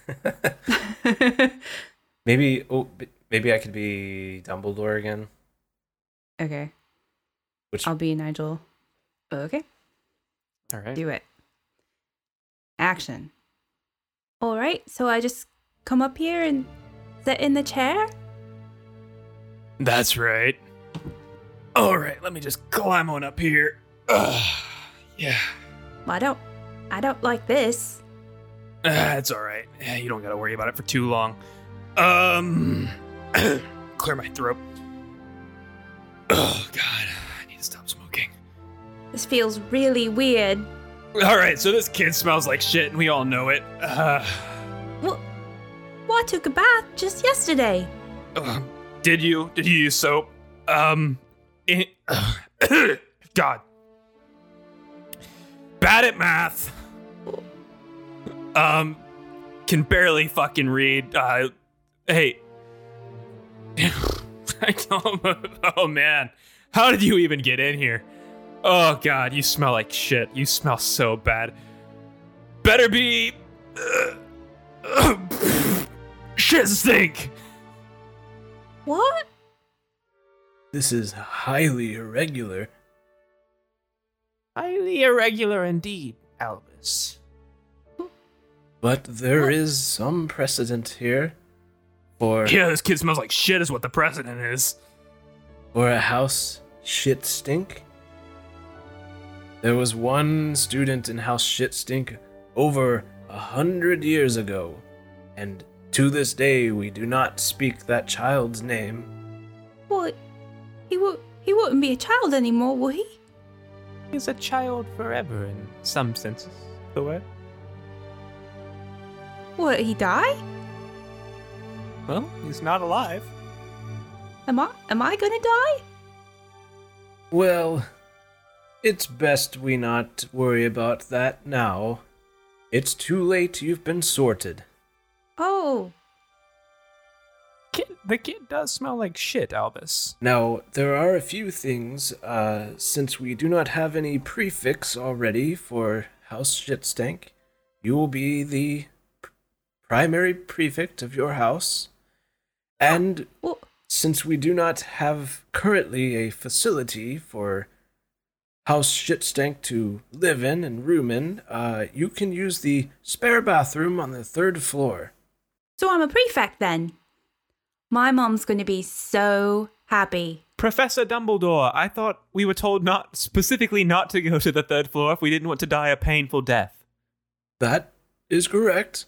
B: maybe. Oh, b- maybe I could be Dumbledore again.
C: okay.
B: Which-
C: I'll be Nigel. Okay.
A: All right.
C: Do it. Action. All right, so I just come up here and sit in the chair.
A: That's right. All right, let me just climb on up here. Ugh, yeah,
C: Well, I don't, I don't like this.
A: Ah, it's all right. Yeah, you don't got to worry about it for too long. Um, clear my throat. Oh God, I need to stop smoking.
C: This feels really weird.
A: All right, so this kid smells like shit, and we all know it. Uh,
C: Well, well, I took a bath just yesterday.
A: ugh, did you? Did you use soap? Um, it, God, bad at math. Um, can barely fucking read. Uh, hey, I don't. Oh man, how did you even get in here? Oh God, you smell like shit. You smell so bad. Better be. uh, shit stink.
C: What?
B: This is highly irregular.
A: Highly irregular indeed, Albus.
B: But there is some precedent here for
A: Yeah, this kid smells like shit, is what the precedent is.
B: for a house shit stink. There was one student in house shit stink over a hundred years ago, and to this day we do not speak that child's name.
C: What? He would, he wouldn't be a child anymore, would he?
A: He's a child forever in some senses. The way?
C: Would he die?
A: Well, he's not alive.
C: Am I, am I gonna die?
B: Well, it's best we not worry about that now. It's too late, you've been sorted.
C: Oh,
A: Kid, the kid does smell like shit, Albus.
B: Now, there are a few things, uh, since we do not have any prefix already for House Shitstank, you will be the pr- primary prefect of your house. And
C: Well,
B: since we do not have currently a facility for house shitstank to live in and room in, uh, you can use the spare bathroom on the third floor.
C: so I'm a prefect then. My mom's going to be so happy.
A: Professor Dumbledore, I thought we were told not specifically not to go to the third floor if we didn't want to die a painful death.
B: That is correct.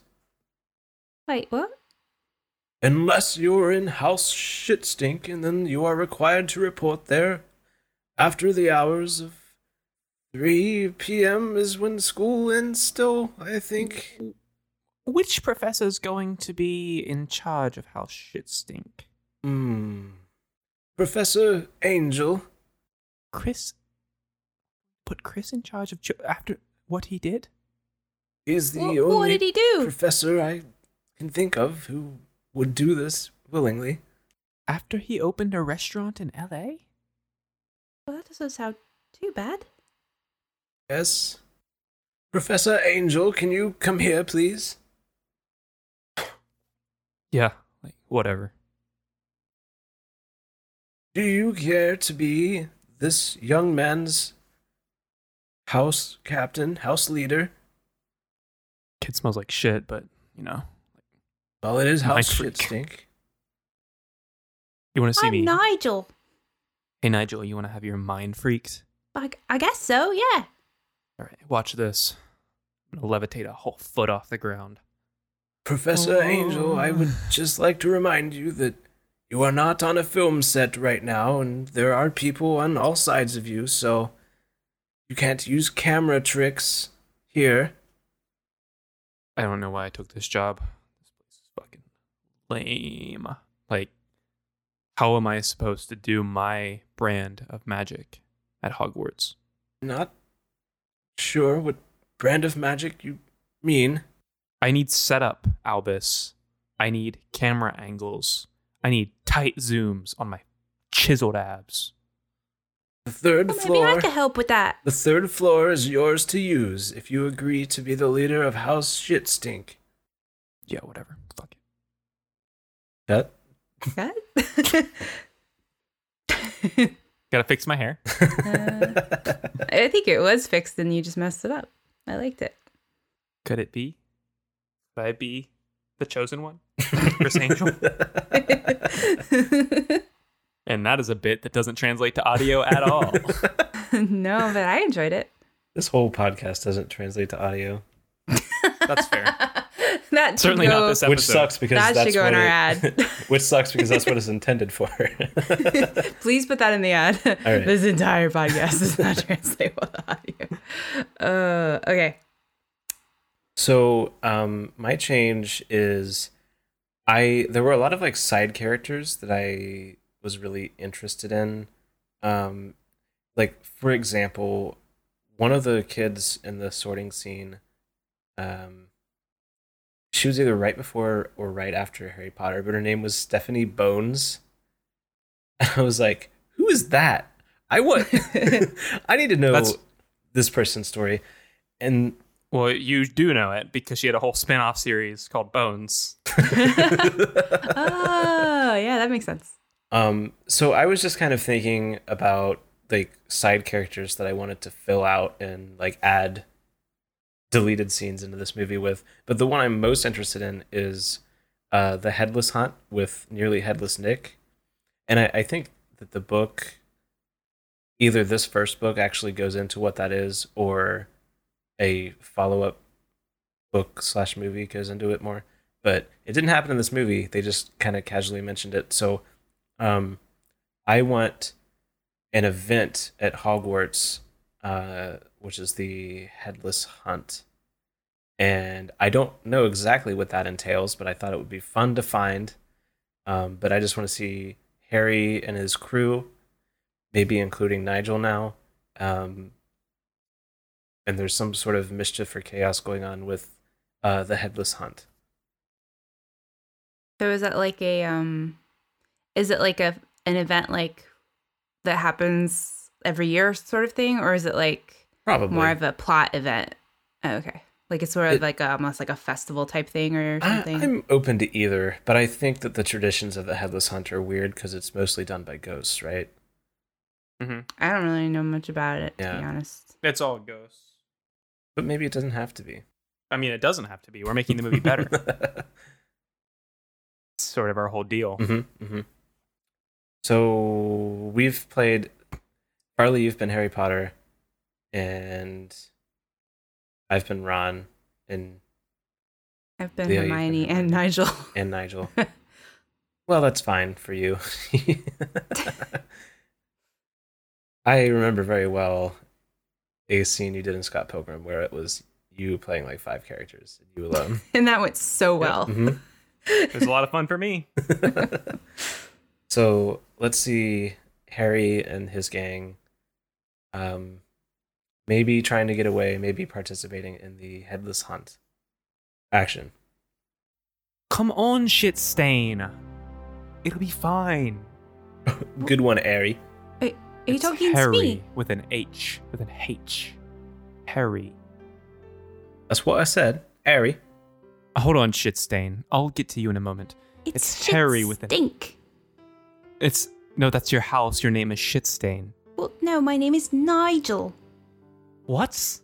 C: Wait, what?
B: Unless you're in house shitstink and then you are required to report there after the hours of 3 p.m. is when school ends still, I think.
A: Which professor's going to be in charge of how shit stink?
B: Hmm. Professor Angel.
A: Chris put Chris in charge of chil- after what he did?
B: is the
C: Wha-
B: only
C: what did he do?
B: professor I can think of who would do this willingly.
A: After he opened a restaurant in LA?
C: Well, that doesn't sound too bad.
B: Yes. Professor Angel, can you come here, please?
A: Yeah, like whatever.
B: Do you care to be this young man's house captain, house leader?
A: Kid smells like shit, but you know.
B: Well, it is
A: Mind
B: house
A: freak.
B: shit stink.
A: You want to see
C: I'm
A: me?
C: Nigel.
A: hey Nigel, you want to have your mind freaked?
C: I, I guess so, yeah.
A: All right, watch this. I'm gonna levitate a whole foot off the ground.
B: Professor Angel, I would just like to remind you that you are not on a film set right now, and there are people on all sides of you, so you can't use camera tricks here.
A: I don't know why I took this job. This place is fucking lame. Like, how am I supposed to do my brand of magic at Hogwarts?
B: Not sure what brand of magic you mean.
A: I need setup, Albus. I need camera angles. I need tight zooms on my chiseled abs.
B: The third
C: Well, maybe I
B: floor.
C: could help with that.
B: The third floor is yours to use if you agree to be the leader of House Shitstink.
A: Yeah, whatever. Fuck it.
B: That
C: What?
A: Gotta fix my hair.
C: Uh, I think it was fixed and you just messed it up. I liked it.
A: Could it be? Could I be the chosen one? Chris Angel? And that is a bit that doesn't translate to audio at all.
C: no, but I enjoyed it.
B: this whole podcast doesn't translate to audio,
A: That's fair.
C: That should
A: Certainly not
C: go-
A: this episode.
B: which sucks because
C: That
B: that's
C: should go in
B: what
C: our
B: it-
C: ad.
B: which sucks because that's what it's intended for.
C: Please put that in the ad.
B: right.
C: This entire podcast does not translate well to audio. Uh, okay.
B: so, um, my change is, I there were a lot of like side characters that I was really interested in. Um, like for example, one of the kids in the sorting scene, um, she was either right before or right after Harry Potter, but her name was Stephanie Bones. I was like, who is that? I want. I need to know
A: That's-
B: this person's story, and
A: Well, you do know it because she had a whole spin-off series called Bones.
C: Oh, yeah, that makes sense.
B: Um, so I was just kind of thinking about like side characters that I wanted to fill out and like add deleted scenes into this movie with. But the one I'm most interested in is uh, the Headless Hunt with nearly headless Nick, and I, I think that the book, either this first book actually goes into what that is, or a follow up book slash movie goes into it more. But it didn't happen in this movie. They just kind of casually mentioned it. So um, I want an event at Hogwarts, uh, which is the Headless Hunt. And I don't know exactly what that entails, but I thought it would be fun to find. Um, but I just want to see Harry and his crew, maybe including Nigel now. Um, and there's some sort of mischief or chaos going on with uh, the Headless Hunt.
C: So is that like a um is it like a an event like that happens every year sort of thing or is it like
B: Probably.
C: more of a plot event? Oh, okay. Like it's sort of
B: It-
C: like a, almost like a festival type thing or
B: I,
C: something.
B: I'm open to either, but I think that the traditions of the headless hunt are weird because it's mostly done by ghosts, right?
C: I don't really know much about it to be
B: Yeah.
C: honest.
A: It's all ghosts.
B: But maybe it doesn't have to be.
A: I mean, it doesn't have to be. We're making the movie better. it's sort of our whole deal.
B: hmm hmm So we've played. Carly, you've been Harry Potter, and I've been Ron and
C: I've been
B: Yeah, you've been
C: Hermione and Nigel.
B: and Nigel. well, that's fine for you. I remember very well a scene you did in Scott Pilgrim where it was you playing like five characters, you alone.
C: and that went so well.
B: Mhm.
A: It was a lot of fun for me.
B: so let's see Harry and his gang um maybe trying to get away, maybe participating in the headless hunt. Action.
A: Come on, shit stain. It'll be fine.
B: Good one, Harry.
C: Are you
A: It's
C: talking
A: Harry
C: to me?
A: with an H with an H. Harry.
B: That's what I said. Harry.
A: Uh, Hold on, shit stain. I'll get to you in a moment. It's Harry with an-
C: stink.
A: It's no, that's your house. Your name is shit stain.
C: Well, no, my name is Nigel.
A: What?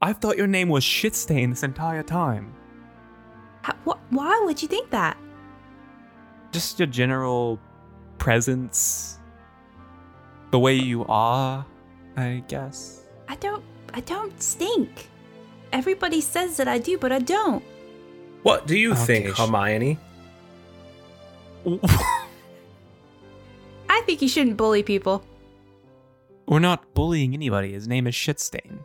A: I thought your name was shit stain this entire time.
C: How, wh- why would you think that?
A: Just your general presence, the way you are, I guess.
C: I don't. I don't stink. Everybody says that I do, but I don't.
B: What do you
A: Okay,
B: think,
A: sh-
B: Hermione?
C: I think you shouldn't bully people.
A: We're not bullying anybody. His name is shit stain.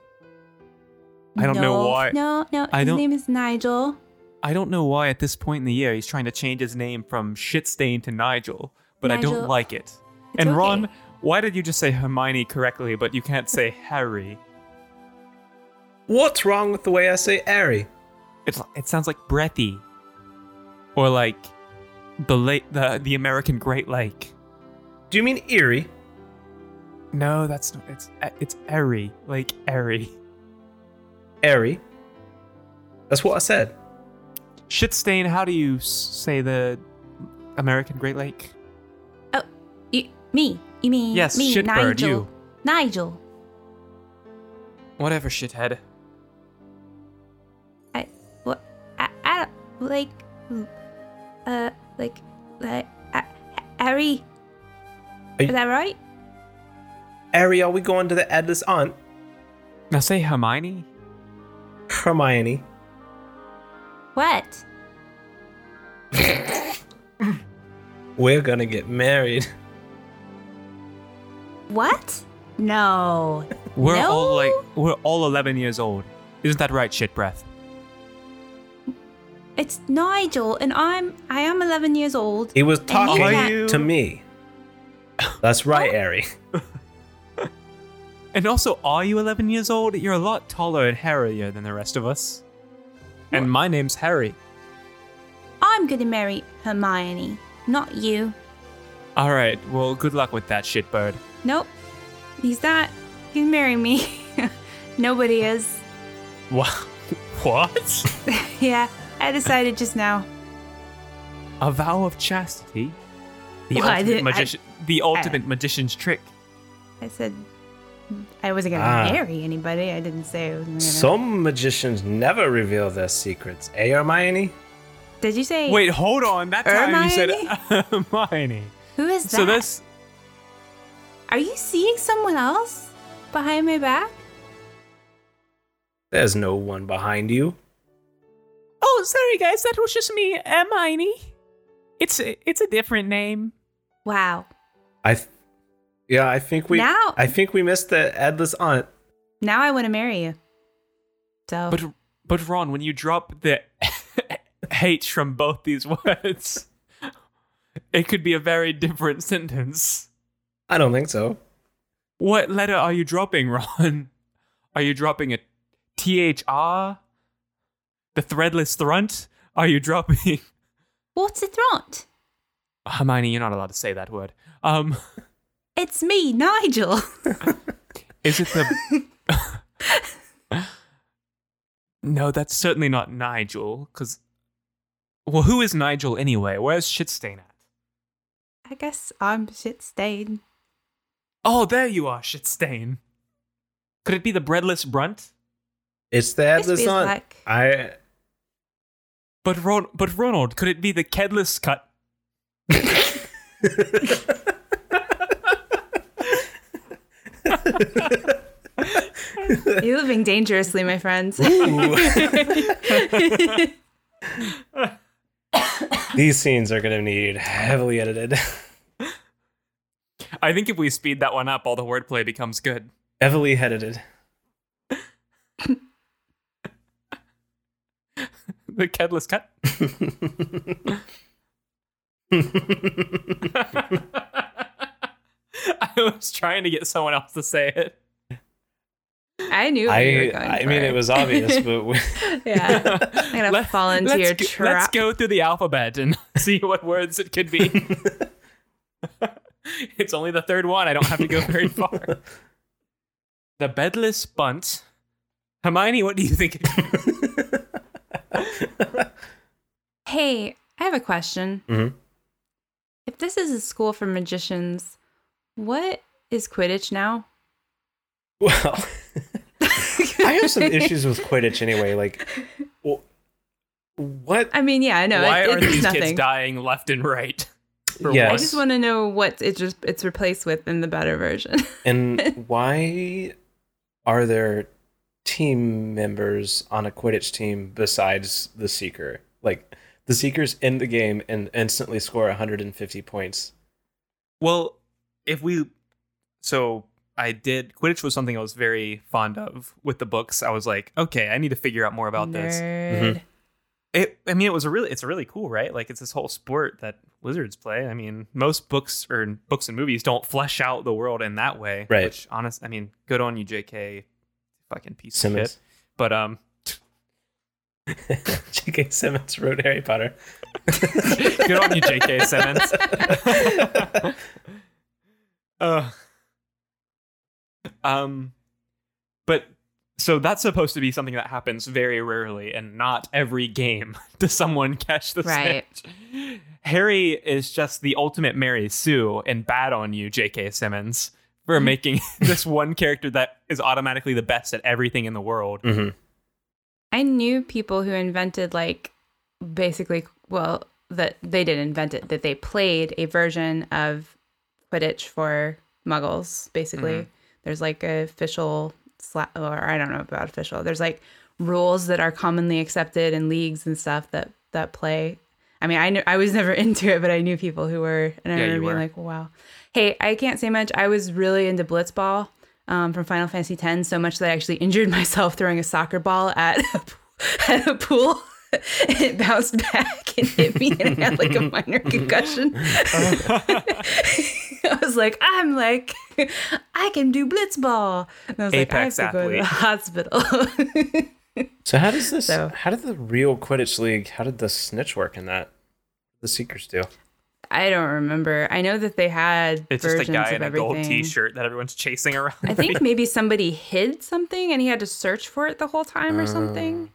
A: I don't know
C: No,
A: why-
C: No, no.
A: I
C: his
A: don't-
C: name is Nigel.
A: I don't know why at this point in the year he's trying to change his name from Shitstain to Nigel, but I
C: Nigel.
A: don't like it.
C: It's
A: and
C: okay.
A: Ron, why did you just say Hermione correctly, but you can't say Harry?
B: What's wrong with the way I say Harry?
A: It's, it sounds like breathy, or like the late the the American Great Lake.
B: Do you mean eerie?
A: No, that's not. It's it's Erie, Lake Erie.
B: Harry. That's what I said.
A: Shitstain, how do you s- say the American Great Lake?
C: Oh, you, me. You mean
A: Yes,
C: me,
A: shitbird,
C: Nigel.
A: you.
C: Nigel.
A: Whatever, shithead.
C: I what I, I don't- like mm, uh like like I, Harry.
B: Are you-
C: Is that right?
B: Harry, are we going to the Atlas Aunt?
A: Now say Hermione.
B: Hermione.
C: What?
B: We're gonna get married.
C: What? No.
A: We're
C: No.
A: all like we're all 11 years old. Isn't that right, shit breath?
C: It's Nigel and I'm I am 11 years old.
B: He was
C: you
B: talking
A: can't-
B: to me. That's right, Harry.
A: And also, are you 11 years old? You're a lot taller and hairier than the rest of us. And my name's Harry.
C: I'm going to marry Hermione, not you.
A: All right. Well, good luck with that shitbird.
C: Nope. He's not. He's marrying me. Nobody is.
A: What? What?
C: yeah, I decided just now.
A: a vow of chastity. The
C: Well, I
A: ultimate,
C: didn't- I-
A: magician, the ultimate magician's trick.
C: I said I wasn't going to
B: Ah.
C: marry anybody. I didn't say I was going to.
B: Some magicians never reveal their secrets, eh, Hermione?
C: Did you say
A: Wait, hold on. That time you said Hermione.
C: who is that?
A: So this
C: Are you seeing someone else behind my back?
B: There's no one behind you.
A: Oh, sorry guys, that was just me, Hermione. It's a, it's a different name.
C: Wow.
B: I, th- yeah, I think we,
C: Now-
B: I think we missed the Atlas Aunt.
C: Now I want to marry you. So
A: But but Ron, when you drop the H from both these words, it could be a very different sentence.
B: I don't think so.
A: What letter are you dropping, Ron? Are you dropping a THR? The threadless thrunt? Are you dropping
C: what's a thront?
A: Hermione, you're not allowed to say that word. Um
C: It's me, Nigel.
A: is it the No, that's certainly not Nigel. Because, well, who is Nigel anyway? Where's Shitstain at?
C: I guess I'm shit stained.
A: Oh, there you are, Shitstain. Could it be the breadless brunt?
B: It's the headless
C: feels
B: on.
C: like-
B: I
A: But Ron- but Ronald, could it be the kedless cut?
C: You're living dangerously, my friend.
B: these scenes are gonna need heavily edited.
A: I think if we speed that one up, all the wordplay becomes good.
B: heavily edited.
A: The kedless cut. I was trying to get someone else to say it.
C: I knew. what you were
B: I
C: going
B: I
C: for.
B: mean it was obvious, but we,
C: Yeah. I'm gonna fall into
A: let's
C: your
A: go-
C: trap.
A: Let's go through the alphabet and see what words it could be. it's only the third one. I don't have to go very far. the bedless bunt. Hermione, what do you think?
C: Hey, I have a question.
B: Mhm.
C: If this is a school for magicians, what is Quidditch now?
B: well, I have some issues with Quidditch anyway. Like, w- what?
C: I mean, yeah, I know.
A: Why
C: it,
A: are
C: it's
A: these
C: nothing.
A: kids dying left and right? for
B: Yes.
C: I
A: once?
C: just want to know what it just it's replaced with in the better version.
B: And why are there team members on a Quidditch team besides the Seeker? Like, the Seeker's in the game and instantly score 150 points.
A: Well, if we so I did Quidditch was something I was very fond of with the books. I was like, okay, I need to figure out more about this. Mm-hmm.
C: Nerd.
A: It I mean it was a really it's really cool, right? Like it's this whole sport that wizards play. I mean, most books or books and movies don't flesh out the world in that way.
B: Right.
A: Which honest I mean, good on you, JK fucking piece of
B: Simmons.
A: shit. But um
B: J.K. Simmons wrote Harry Potter.
A: Good on you, J.K. Simmons. uh, um, but so that's supposed to be something that happens very rarely, and not every game does someone catch the
C: Right.
A: snitch. Harry is just the ultimate Mary Sue, and bad on you, J.K. Simmons,
C: Mm-hmm.
A: for making this one character that is automatically the best at everything in the world.
B: Mm-hmm.
C: I knew people who invented like basically well that they didn't invent it that they played a version of Quidditch for Muggles basically.
A: Mm-hmm.
C: There's like a official sla- or I don't know about official. There's like rules that are commonly accepted in leagues and stuff that that play. I mean, I knew I was never into it, but I knew people who were, and I
A: Yeah, you
C: remember being
A: were.
C: like, "Wow, hey, I can't say much. I was really into blitzball um, from Final Fantasy X so much that I actually injured myself throwing a soccer ball at a, at a pool. it bounced back and hit me, and I had like a minor concussion. I was like, I'm like, I can do blitzball. And I was
A: Apex
C: like, I have to go to
A: athlete.
C: the hospital.
B: So how does this?
C: So-
B: How did the real Quidditch league? How did the snitch work in that? The Seekers do.
C: I don't remember. I know that they had
A: It's
C: versions
A: just a guy
C: of
A: in a
C: everything.
A: gold T-shirt that everyone's chasing around.
C: I think maybe somebody hid something and he had to search for it the whole time or
A: Uh.
C: something.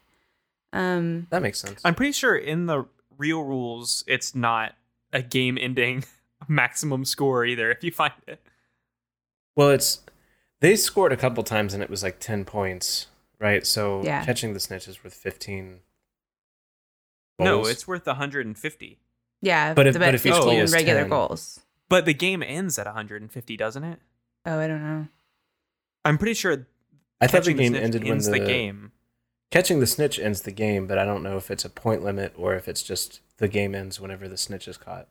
C: Um,
B: That makes sense.
A: I'm pretty sure in the real rules, it's not a game ending maximum score either if you find it.
B: well, it's they scored a couple times and it was like ten points, right? So
C: Yeah.
B: catching the snitch is worth fifteen.
A: No,
B: goals.
A: it's worth 150.
C: yeah,
B: But if-
C: the
B: but if each
C: 15
A: goal is
C: regular
B: 10.
C: goals.
A: But the game ends at 150, doesn't it?
C: Oh, I don't know.
A: I'm pretty sure
B: I thought the
A: catching
B: game
A: snitch
B: ended when
A: ends
B: the,
A: the game.
B: catching the snitch ends the game, but I don't know if it's a point limit or if it's just the game ends whenever the snitch is caught.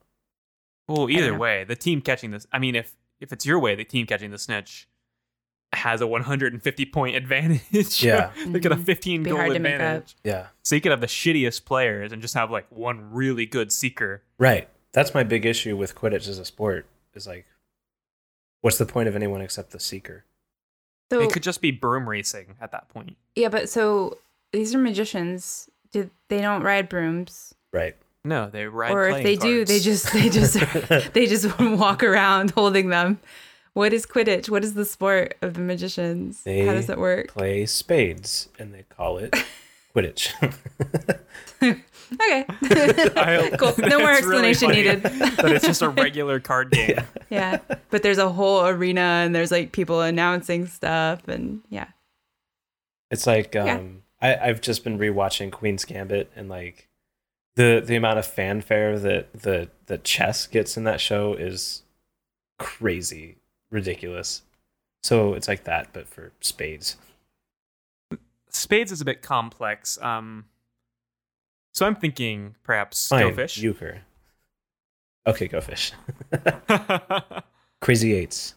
A: Well,
C: don't
A: either
C: know.
A: way, the team catching this. I mean, if if it's your way, the team catching the snitch has a 150 point advantage.
B: Yeah.
A: Look at a 15
C: Mm-hmm. Be
A: goal
C: hard to make up.
A: advantage.
B: Yeah,
A: So you could have the shittiest players and just have like one really good seeker.
B: right. That's my big issue with Quidditch as a sport. Is like, what's the point of anyone except the seeker?
C: So
A: it could just be broom racing at that point.
C: yeah, but so these are magicians. Do they don't ride brooms,
B: Right.
A: No, they ride.
C: or if
A: playing
C: they do,
A: cards.
C: they just they just they just walk around holding them. What is Quidditch? What is the sport of the magicians? How does
B: They
C: it work?
B: play spades and they call it Quidditch.
C: Okay.
A: I-
C: cool. No more
A: It's really
C: explanation
A: funny
C: needed.
A: That it's just a regular card game.
C: yeah. But there's a whole arena and there's like people announcing stuff and yeah.
B: It's like um,
C: Yeah.
B: I, I've just been rewatching Queen's Gambit and like the the amount of fanfare that the the chess gets in that show is crazy, ridiculous. So it's like that, but for spades.
A: Spades is a bit complex. Um, so I'm thinking perhaps
B: Fine,
A: go fish.
B: Euchre. Okay, go fish. Crazy eights.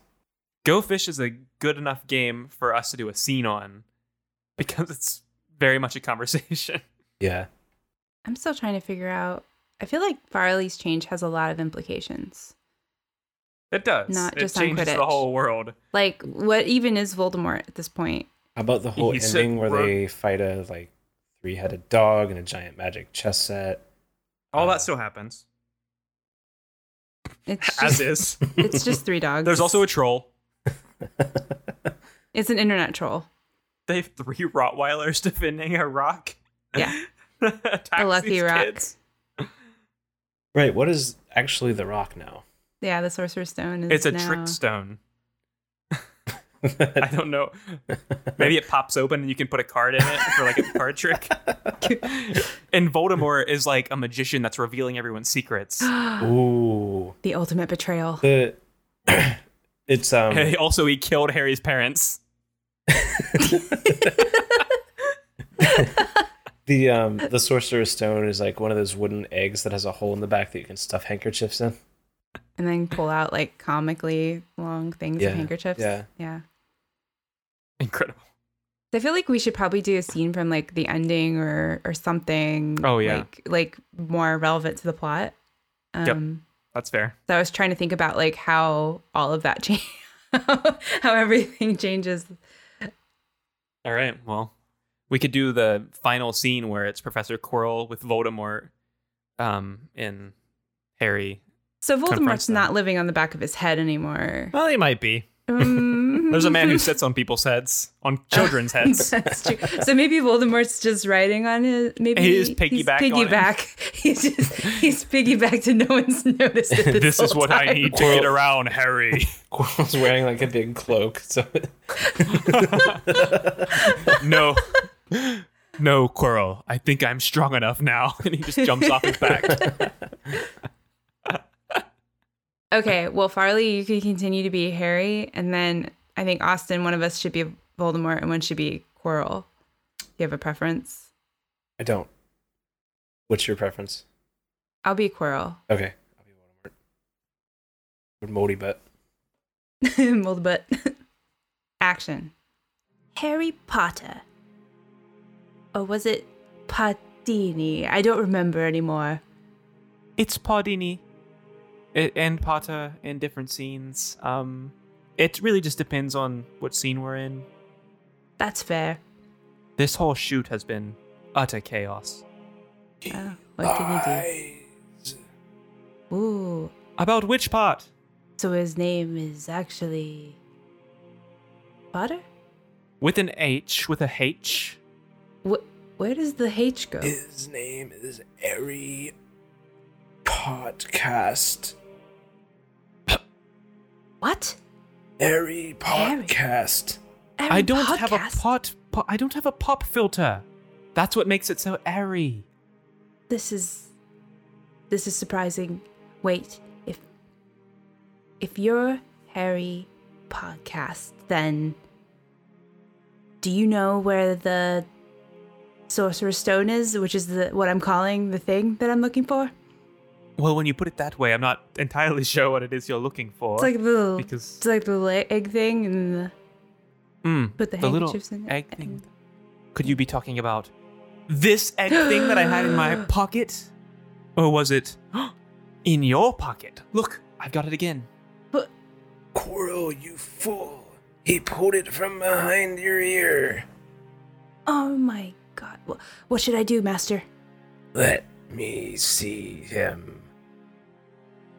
A: go fish is a good enough game for us to do a scene on because it's very much a conversation.
B: Yeah.
C: I'm still trying to figure out. I feel like Varley's change has a lot of implications.
A: It does.
C: Not
A: it
C: just on
A: changes the
C: Quidditch.
A: whole world.
C: Like, what even is Voldemort at this point?
B: How about the whole
A: He said
B: ending where
A: we're-
B: they fight a like three headed dog and a giant magic chess set?
A: All
B: Uh,
A: that still happens
C: It's
A: as
C: just,
A: is.
C: it's just three dogs.
A: There's also a troll.
C: It's an internet troll.
A: They have three Rottweilers defending a rock.
C: Yeah.
A: Attacks
C: A lucky
A: these
C: rock.
A: kids.
B: Right, what is actually the rock now?
C: Yeah, the Sorcerer's Stone is.
A: It's a
C: now-
A: trick stone. I don't know. Maybe it pops open and you can put a card in it for like a card trick. and Voldemort is like a magician that's revealing everyone's secrets.
B: Ooh.
C: The ultimate betrayal.
B: The it's um
A: And he- also, he killed Harry's parents.
B: the um the sorcerer's stone is like one of those wooden eggs that has a hole in the back that you can stuff handkerchiefs in.
C: And then pull out like comically long things
B: Yeah,
C: of handkerchiefs.
B: yeah.
C: Yeah.
A: Incredible.
C: I feel like we should probably do a scene from like the ending or or something.
A: Oh, yeah.
C: Like like more relevant to the plot. Um
A: Yep. That's fair.
C: so I was trying to think about like how all of that change how everything changes.
A: All right. Well, we could do the final scene where it's Professor Quirrell with Voldemort um, and Harry.
C: So
A: Confronts
C: Voldemort's
A: them.
C: not living on the back of his head anymore.
A: Well, he might be.
C: Mm.
A: There's a man who sits on people's heads, on children's heads.
C: That's true. So maybe Voldemort's just riding on his. Maybe
A: He is
C: he's
A: piggyback on him.
C: piggyback. He's just he's piggybacked and no one's noticed it. This,
A: this is
C: whole
A: what I
C: time.
A: need to get around, Harry.
B: Quirrell's wearing like a big cloak, so
A: no. No, Quirrell. I think I'm strong enough now. And he just jumps off his back.
C: Okay, well, Farley, you can continue to be Harry, and then I think Austin, one of us should be Voldemort, and one should be Quirrell. Do you have a preference?
B: I don't. What's your preference?
C: I'll be Quirrell.
B: Okay. I'll be Voldemort. With moldy butt.
C: Mold butt. Action. Harry Potter. Or was it Patini? I don't remember anymore.
A: it's Paudini it, and Pata in different scenes. Um, it really just depends on what scene we're in.
C: That's fair.
A: This whole shoot has been utter chaos.
C: Oh, what can you do? Ooh,
A: About which part?
C: so his name is actually Potter.
A: With an H, with a H.
C: Wh- where does the H go?
B: His name is Harry Podcast.
C: What?
B: Harry
C: Harry.
A: I don't have a pot, po- I don't have a pop filter. That's what makes it so airy.
C: This is this is surprising. Wait, if if you're Harry podcast, then do you know where the Sorcerer's Stone is, which is the what I'm calling the thing that I'm looking for?
A: Well, when you put it that way, I'm not entirely sure what it is you're looking for.
C: It's like the little,
A: Because-
C: it's like the le- egg thing and the
A: Mm,
C: Put the
A: little
C: handkerchiefs in it
A: egg
C: and-
A: thing. Could you be talking about this egg thing that I had in my pocket, or was it in your pocket? Look, I've got it again.
B: Quirrell, you fool! He pulled it from behind your ear.
C: Oh my god. What, what should I do, master?
B: Let me see him.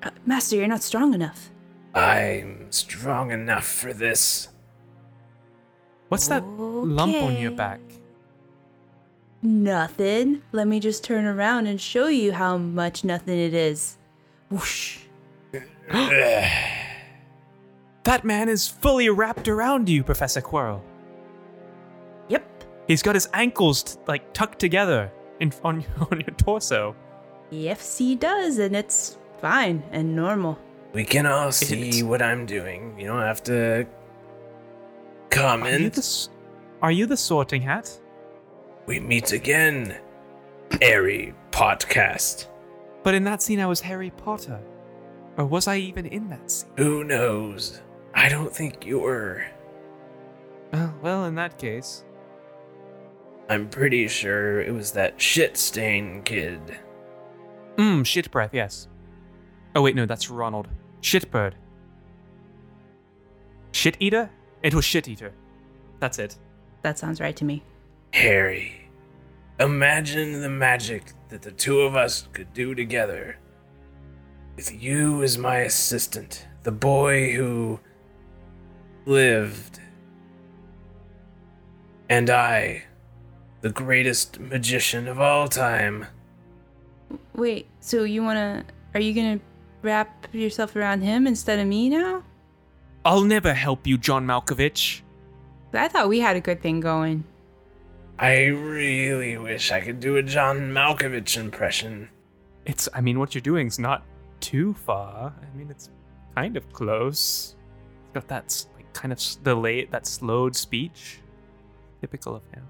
C: Uh, master, you're not strong enough.
B: I'm strong enough for this.
A: What's that lump on your
C: Okay.
A: back?
C: Nothing. Let me just turn around and show you how much nothing it is. Whoosh.
A: That man is fully wrapped around you, Professor Quirrell.
C: Yep.
A: He's got his ankles t- like tucked together in, on, your- on your torso.
C: EFC does, and it's fine and normal.
B: We can all see
A: Idiots.
B: what I'm doing. You don't have to
A: Are you,
B: comment.
A: the, s- are you the sorting hat?
B: We meet again. Airy podcast.
A: But in that scene, I was Harry Potter. Or was I even in that scene?
B: Who knows? I don't think you were.
A: Oh, well, in that case.
B: I'm pretty sure it was that shit stain kid.
A: Mmm, shit breath, yes. Oh, wait, no, that's Ronald. Shitbird. Shit eater? It was shit eater. That's it.
C: That sounds right to me.
B: Harry. Imagine the magic that the two of us could do together. With you as my assistant, the boy who lived, and I, the greatest magician of all time.
C: Wait, so you wanna. Are you gonna wrap yourself around him instead of me now?
A: I'll never help you, John Malkovich.
C: I thought we had a good thing going.
B: I really wish I could do a John Malkovich impression.
A: It's, I mean, what you're doing's not too far. I mean, it's kind of close. It's got that, s- like, kind of s- delayed, that slowed speech. Typical of him.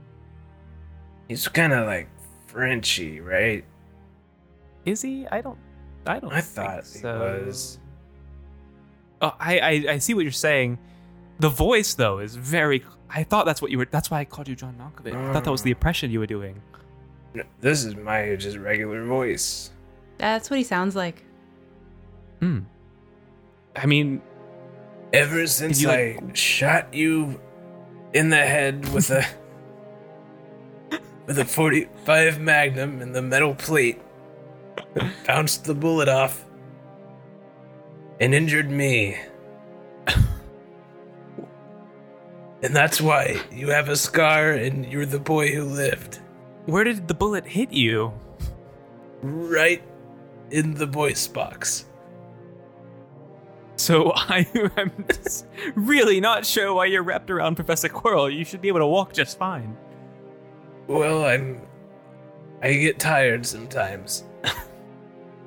B: He's kind of like Frenchy, right?
A: Is he? I don't. I don't.
B: I thought
A: think
B: he
A: so.
B: was.
A: Oh, I, I I see what you're saying. The voice though is very. I thought that's what you were. That's why I called you John Malkovich. I thought that was the
B: Oh.
A: impression you were doing.
B: This is my just regular voice.
C: That's what he sounds like.
A: Hmm. I mean,
B: Ever since
A: you,
B: I
A: like-
B: shot you in the head with a with a 45 Magnum in the metal plate, bounced the bullet off, and injured me. and that's why you have a scar and you're the boy who lived.
A: where did the bullet hit you?
B: Right in the voice box.
A: So I am just really not sure why you're wrapped around Professor Quirrell. You should be able to walk just fine.
B: Well, I'm I get tired sometimes.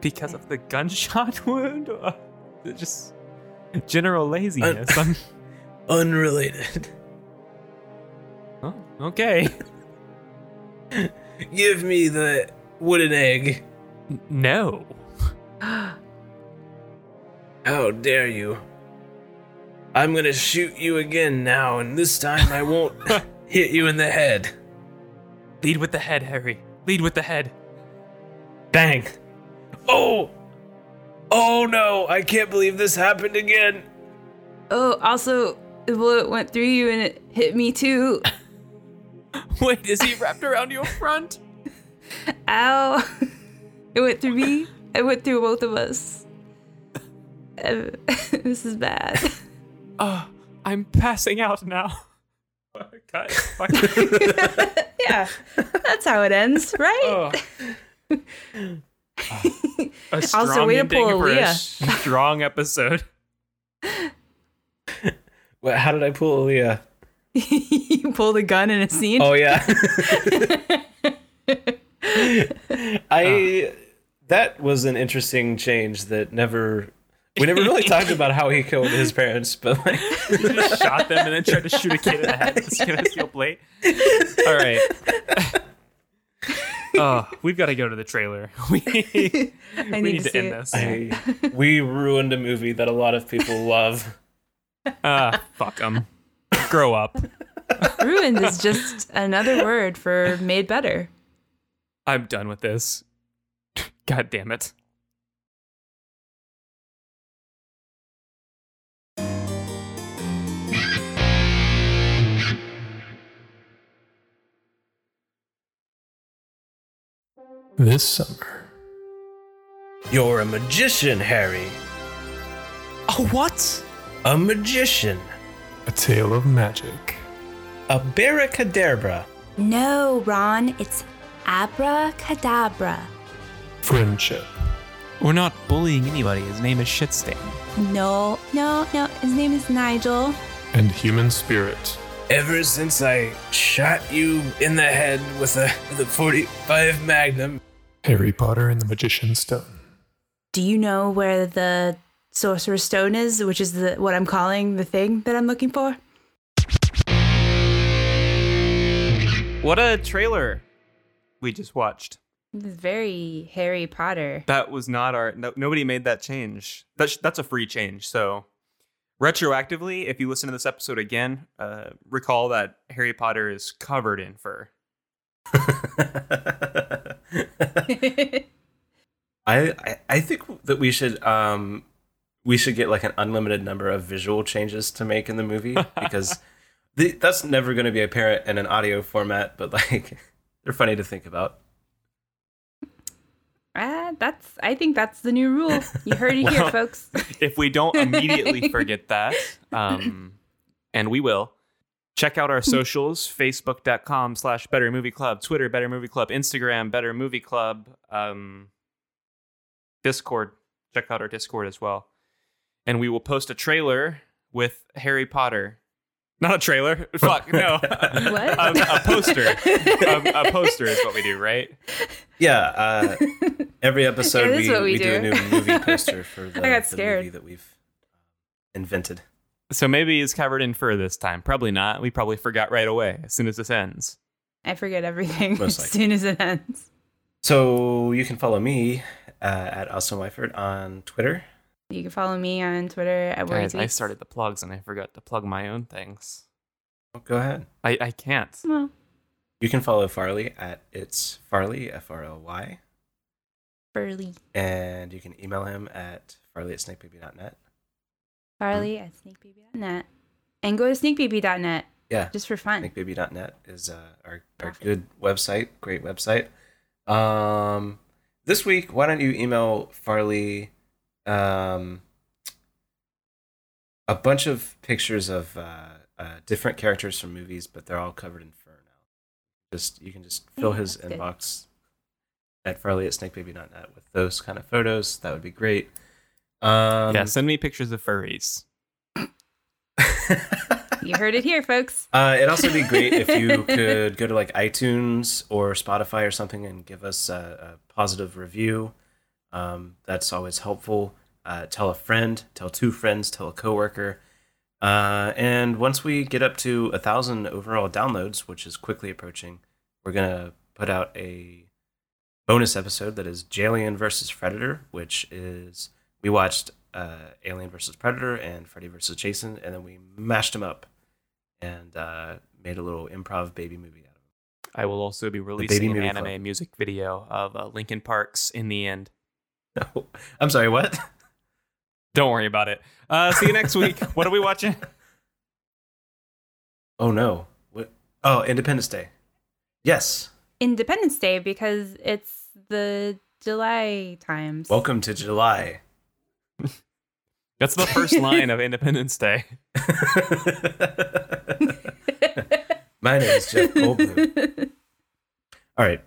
A: Because of the gunshot wound, or just general
B: Uh,
A: laziness. I'm-
B: Unrelated.
A: oh, okay.
B: Give me the wooden egg.
A: N- No.
B: How dare you? I'm gonna shoot you again now, and this time I won't hit you in the head.
A: Lead with the head, Harry. Lead with the head.
B: Bang. Oh! Oh no, I can't believe this happened again.
C: Oh, also, the bullet went through you and it hit me too.
A: Wait, is he wrapped around your front?
C: Ow. It went through me. It went through both of us. Uh, this is bad.
A: Oh, I'm passing out now. Cut. Fuck.
C: yeah, that's how it ends, right?
A: Oh. A strong
C: way to
A: ending
C: pull a
A: for a
C: Leah.
A: strong episode.
B: Wait, how did I pull Aaliyah?
C: you pulled a gun in a scene.
B: Oh yeah. I that was an interesting change that never we never really talked about how he killed his parents, but like
A: Just shot them and then tried to shoot a kid in the head with a stainless steel plate. All right. oh, we've got to go to the trailer. We, we
C: I need,
A: need to
C: see
A: end
C: it.
A: this.
B: I, we ruined a movie that a lot of people love.
A: Ah, fuck them. Grow up.
C: Ruined is just another word for made better.
A: I'm done with this. God damn it.
E: This summer,
B: You're a magician, Harry.
A: Oh, what?
B: A magician.
E: a tale of magic.
B: A barricadabra.
C: No, Ron, it's Abracadabra.
E: Friendship.
A: We're not bullying anybody. His name is Shitstain.
C: No, no, no. His name is Nigel.
E: And human spirit.
F: Ever since I shot you in the head with a with a 45 Magnum,
E: Harry Potter and the Magician's Stone.
C: Do you know where the Sorcerer's Stone is, which is the what I'm calling the thing that I'm looking for?
A: What a trailer we just watched.
C: It's very Harry Potter.
A: That was not our. No, nobody made that change. That's that's a free change. So, retroactively, if you listen to this episode again, uh, recall that Harry Potter is covered in fur.
B: I, I I think that we should um we should get like an unlimited number of visual changes to make in the movie because the, that's never going to be apparent in an audio format, but like they're funny to think about.
C: Ah, that's. I think that's the new rule. You heard it here,
A: Well-
C: folks.
A: if we don't immediately forget that, um, and we will, check out our socials, facebook.com slash Better Movie Club, Twitter, Better Movie Club, Instagram, Better Movie Club, um, Discord. Check out our Discord as well. And we will post a trailer with Harry Potter. Not a trailer. Fuck, no.
C: What?
A: Um, a poster. um, a poster is what we do, right?
B: Yeah, uh, every episode
C: Yeah, this
B: we,
C: is what we
B: we, do. a
C: do.
B: new movie poster for the,
C: I got
B: the
C: scared.
B: movie that we've uh, invented.
A: So maybe it's covered in fur this time. Probably not. We probably forgot right away as soon as this ends.
C: I forget everything
B: Most
C: as
B: likely.
C: soon as it ends.
B: So you can follow me uh, at Austin Wyford on Twitter.
C: You can follow me on Twitter at Worry
A: Guys, I
C: Tweets.
A: started the plugs and I forgot to plug my own things.
B: Oh, Go ahead.
A: I, I can't.
C: Well,
B: You can follow Farley at it's Farley F R L Y,
C: Burley,
B: and you can email him at farley at snakebaby.net.
C: Farley
A: Hmm.
C: at snakebaby.net, and go to snakebaby.net
B: Yeah,
C: just for fun.
B: snakebaby.net is uh, our our
C: Perfect.
B: good website, great website. Um, this week, why don't you email Farley um, a bunch of pictures of uh, uh, different characters from movies, but they're all covered in fur now. Just you can just fill
C: Yeah,
B: his
C: Mm-hmm, that's good.
B: inbox at Farley at snakebaby.net with those kind of photos. That would be great. Um,
A: yeah, send me pictures of furries.
C: You heard it here, folks.
B: Uh, it'd also be great if you could go to like iTunes or Spotify or something and give us a, a positive review. Um, that's always helpful. Uh, tell a friend, tell two friends, tell a coworker. Uh, and once we get up to a thousand overall downloads, which is quickly approaching, we're gonna put out a bonus episode that is Alien versus Predator, which is we watched uh, Alien versus Predator and Freddy versus Jason, and then we mashed them up and uh, made a little improv baby movie out of it.
A: I will also be releasing an
B: movie
A: anime
B: club.
A: music video of uh, Linkin Park's in the end.
B: No, I'm sorry, what?
A: Don't worry about it. Uh, see you next week. What are we watching?
B: Oh no, what? Oh, Independence Day. Yes,
C: Independence Day because it's the July times.
B: welcome to July.
A: That's the first line of Independence Day.
B: My name is Jeff Goldblum. All right,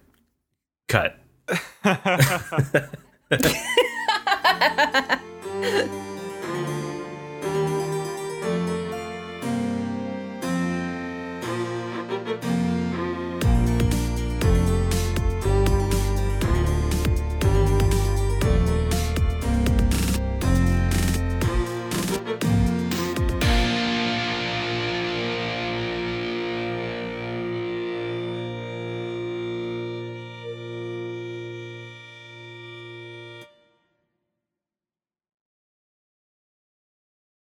B: cut.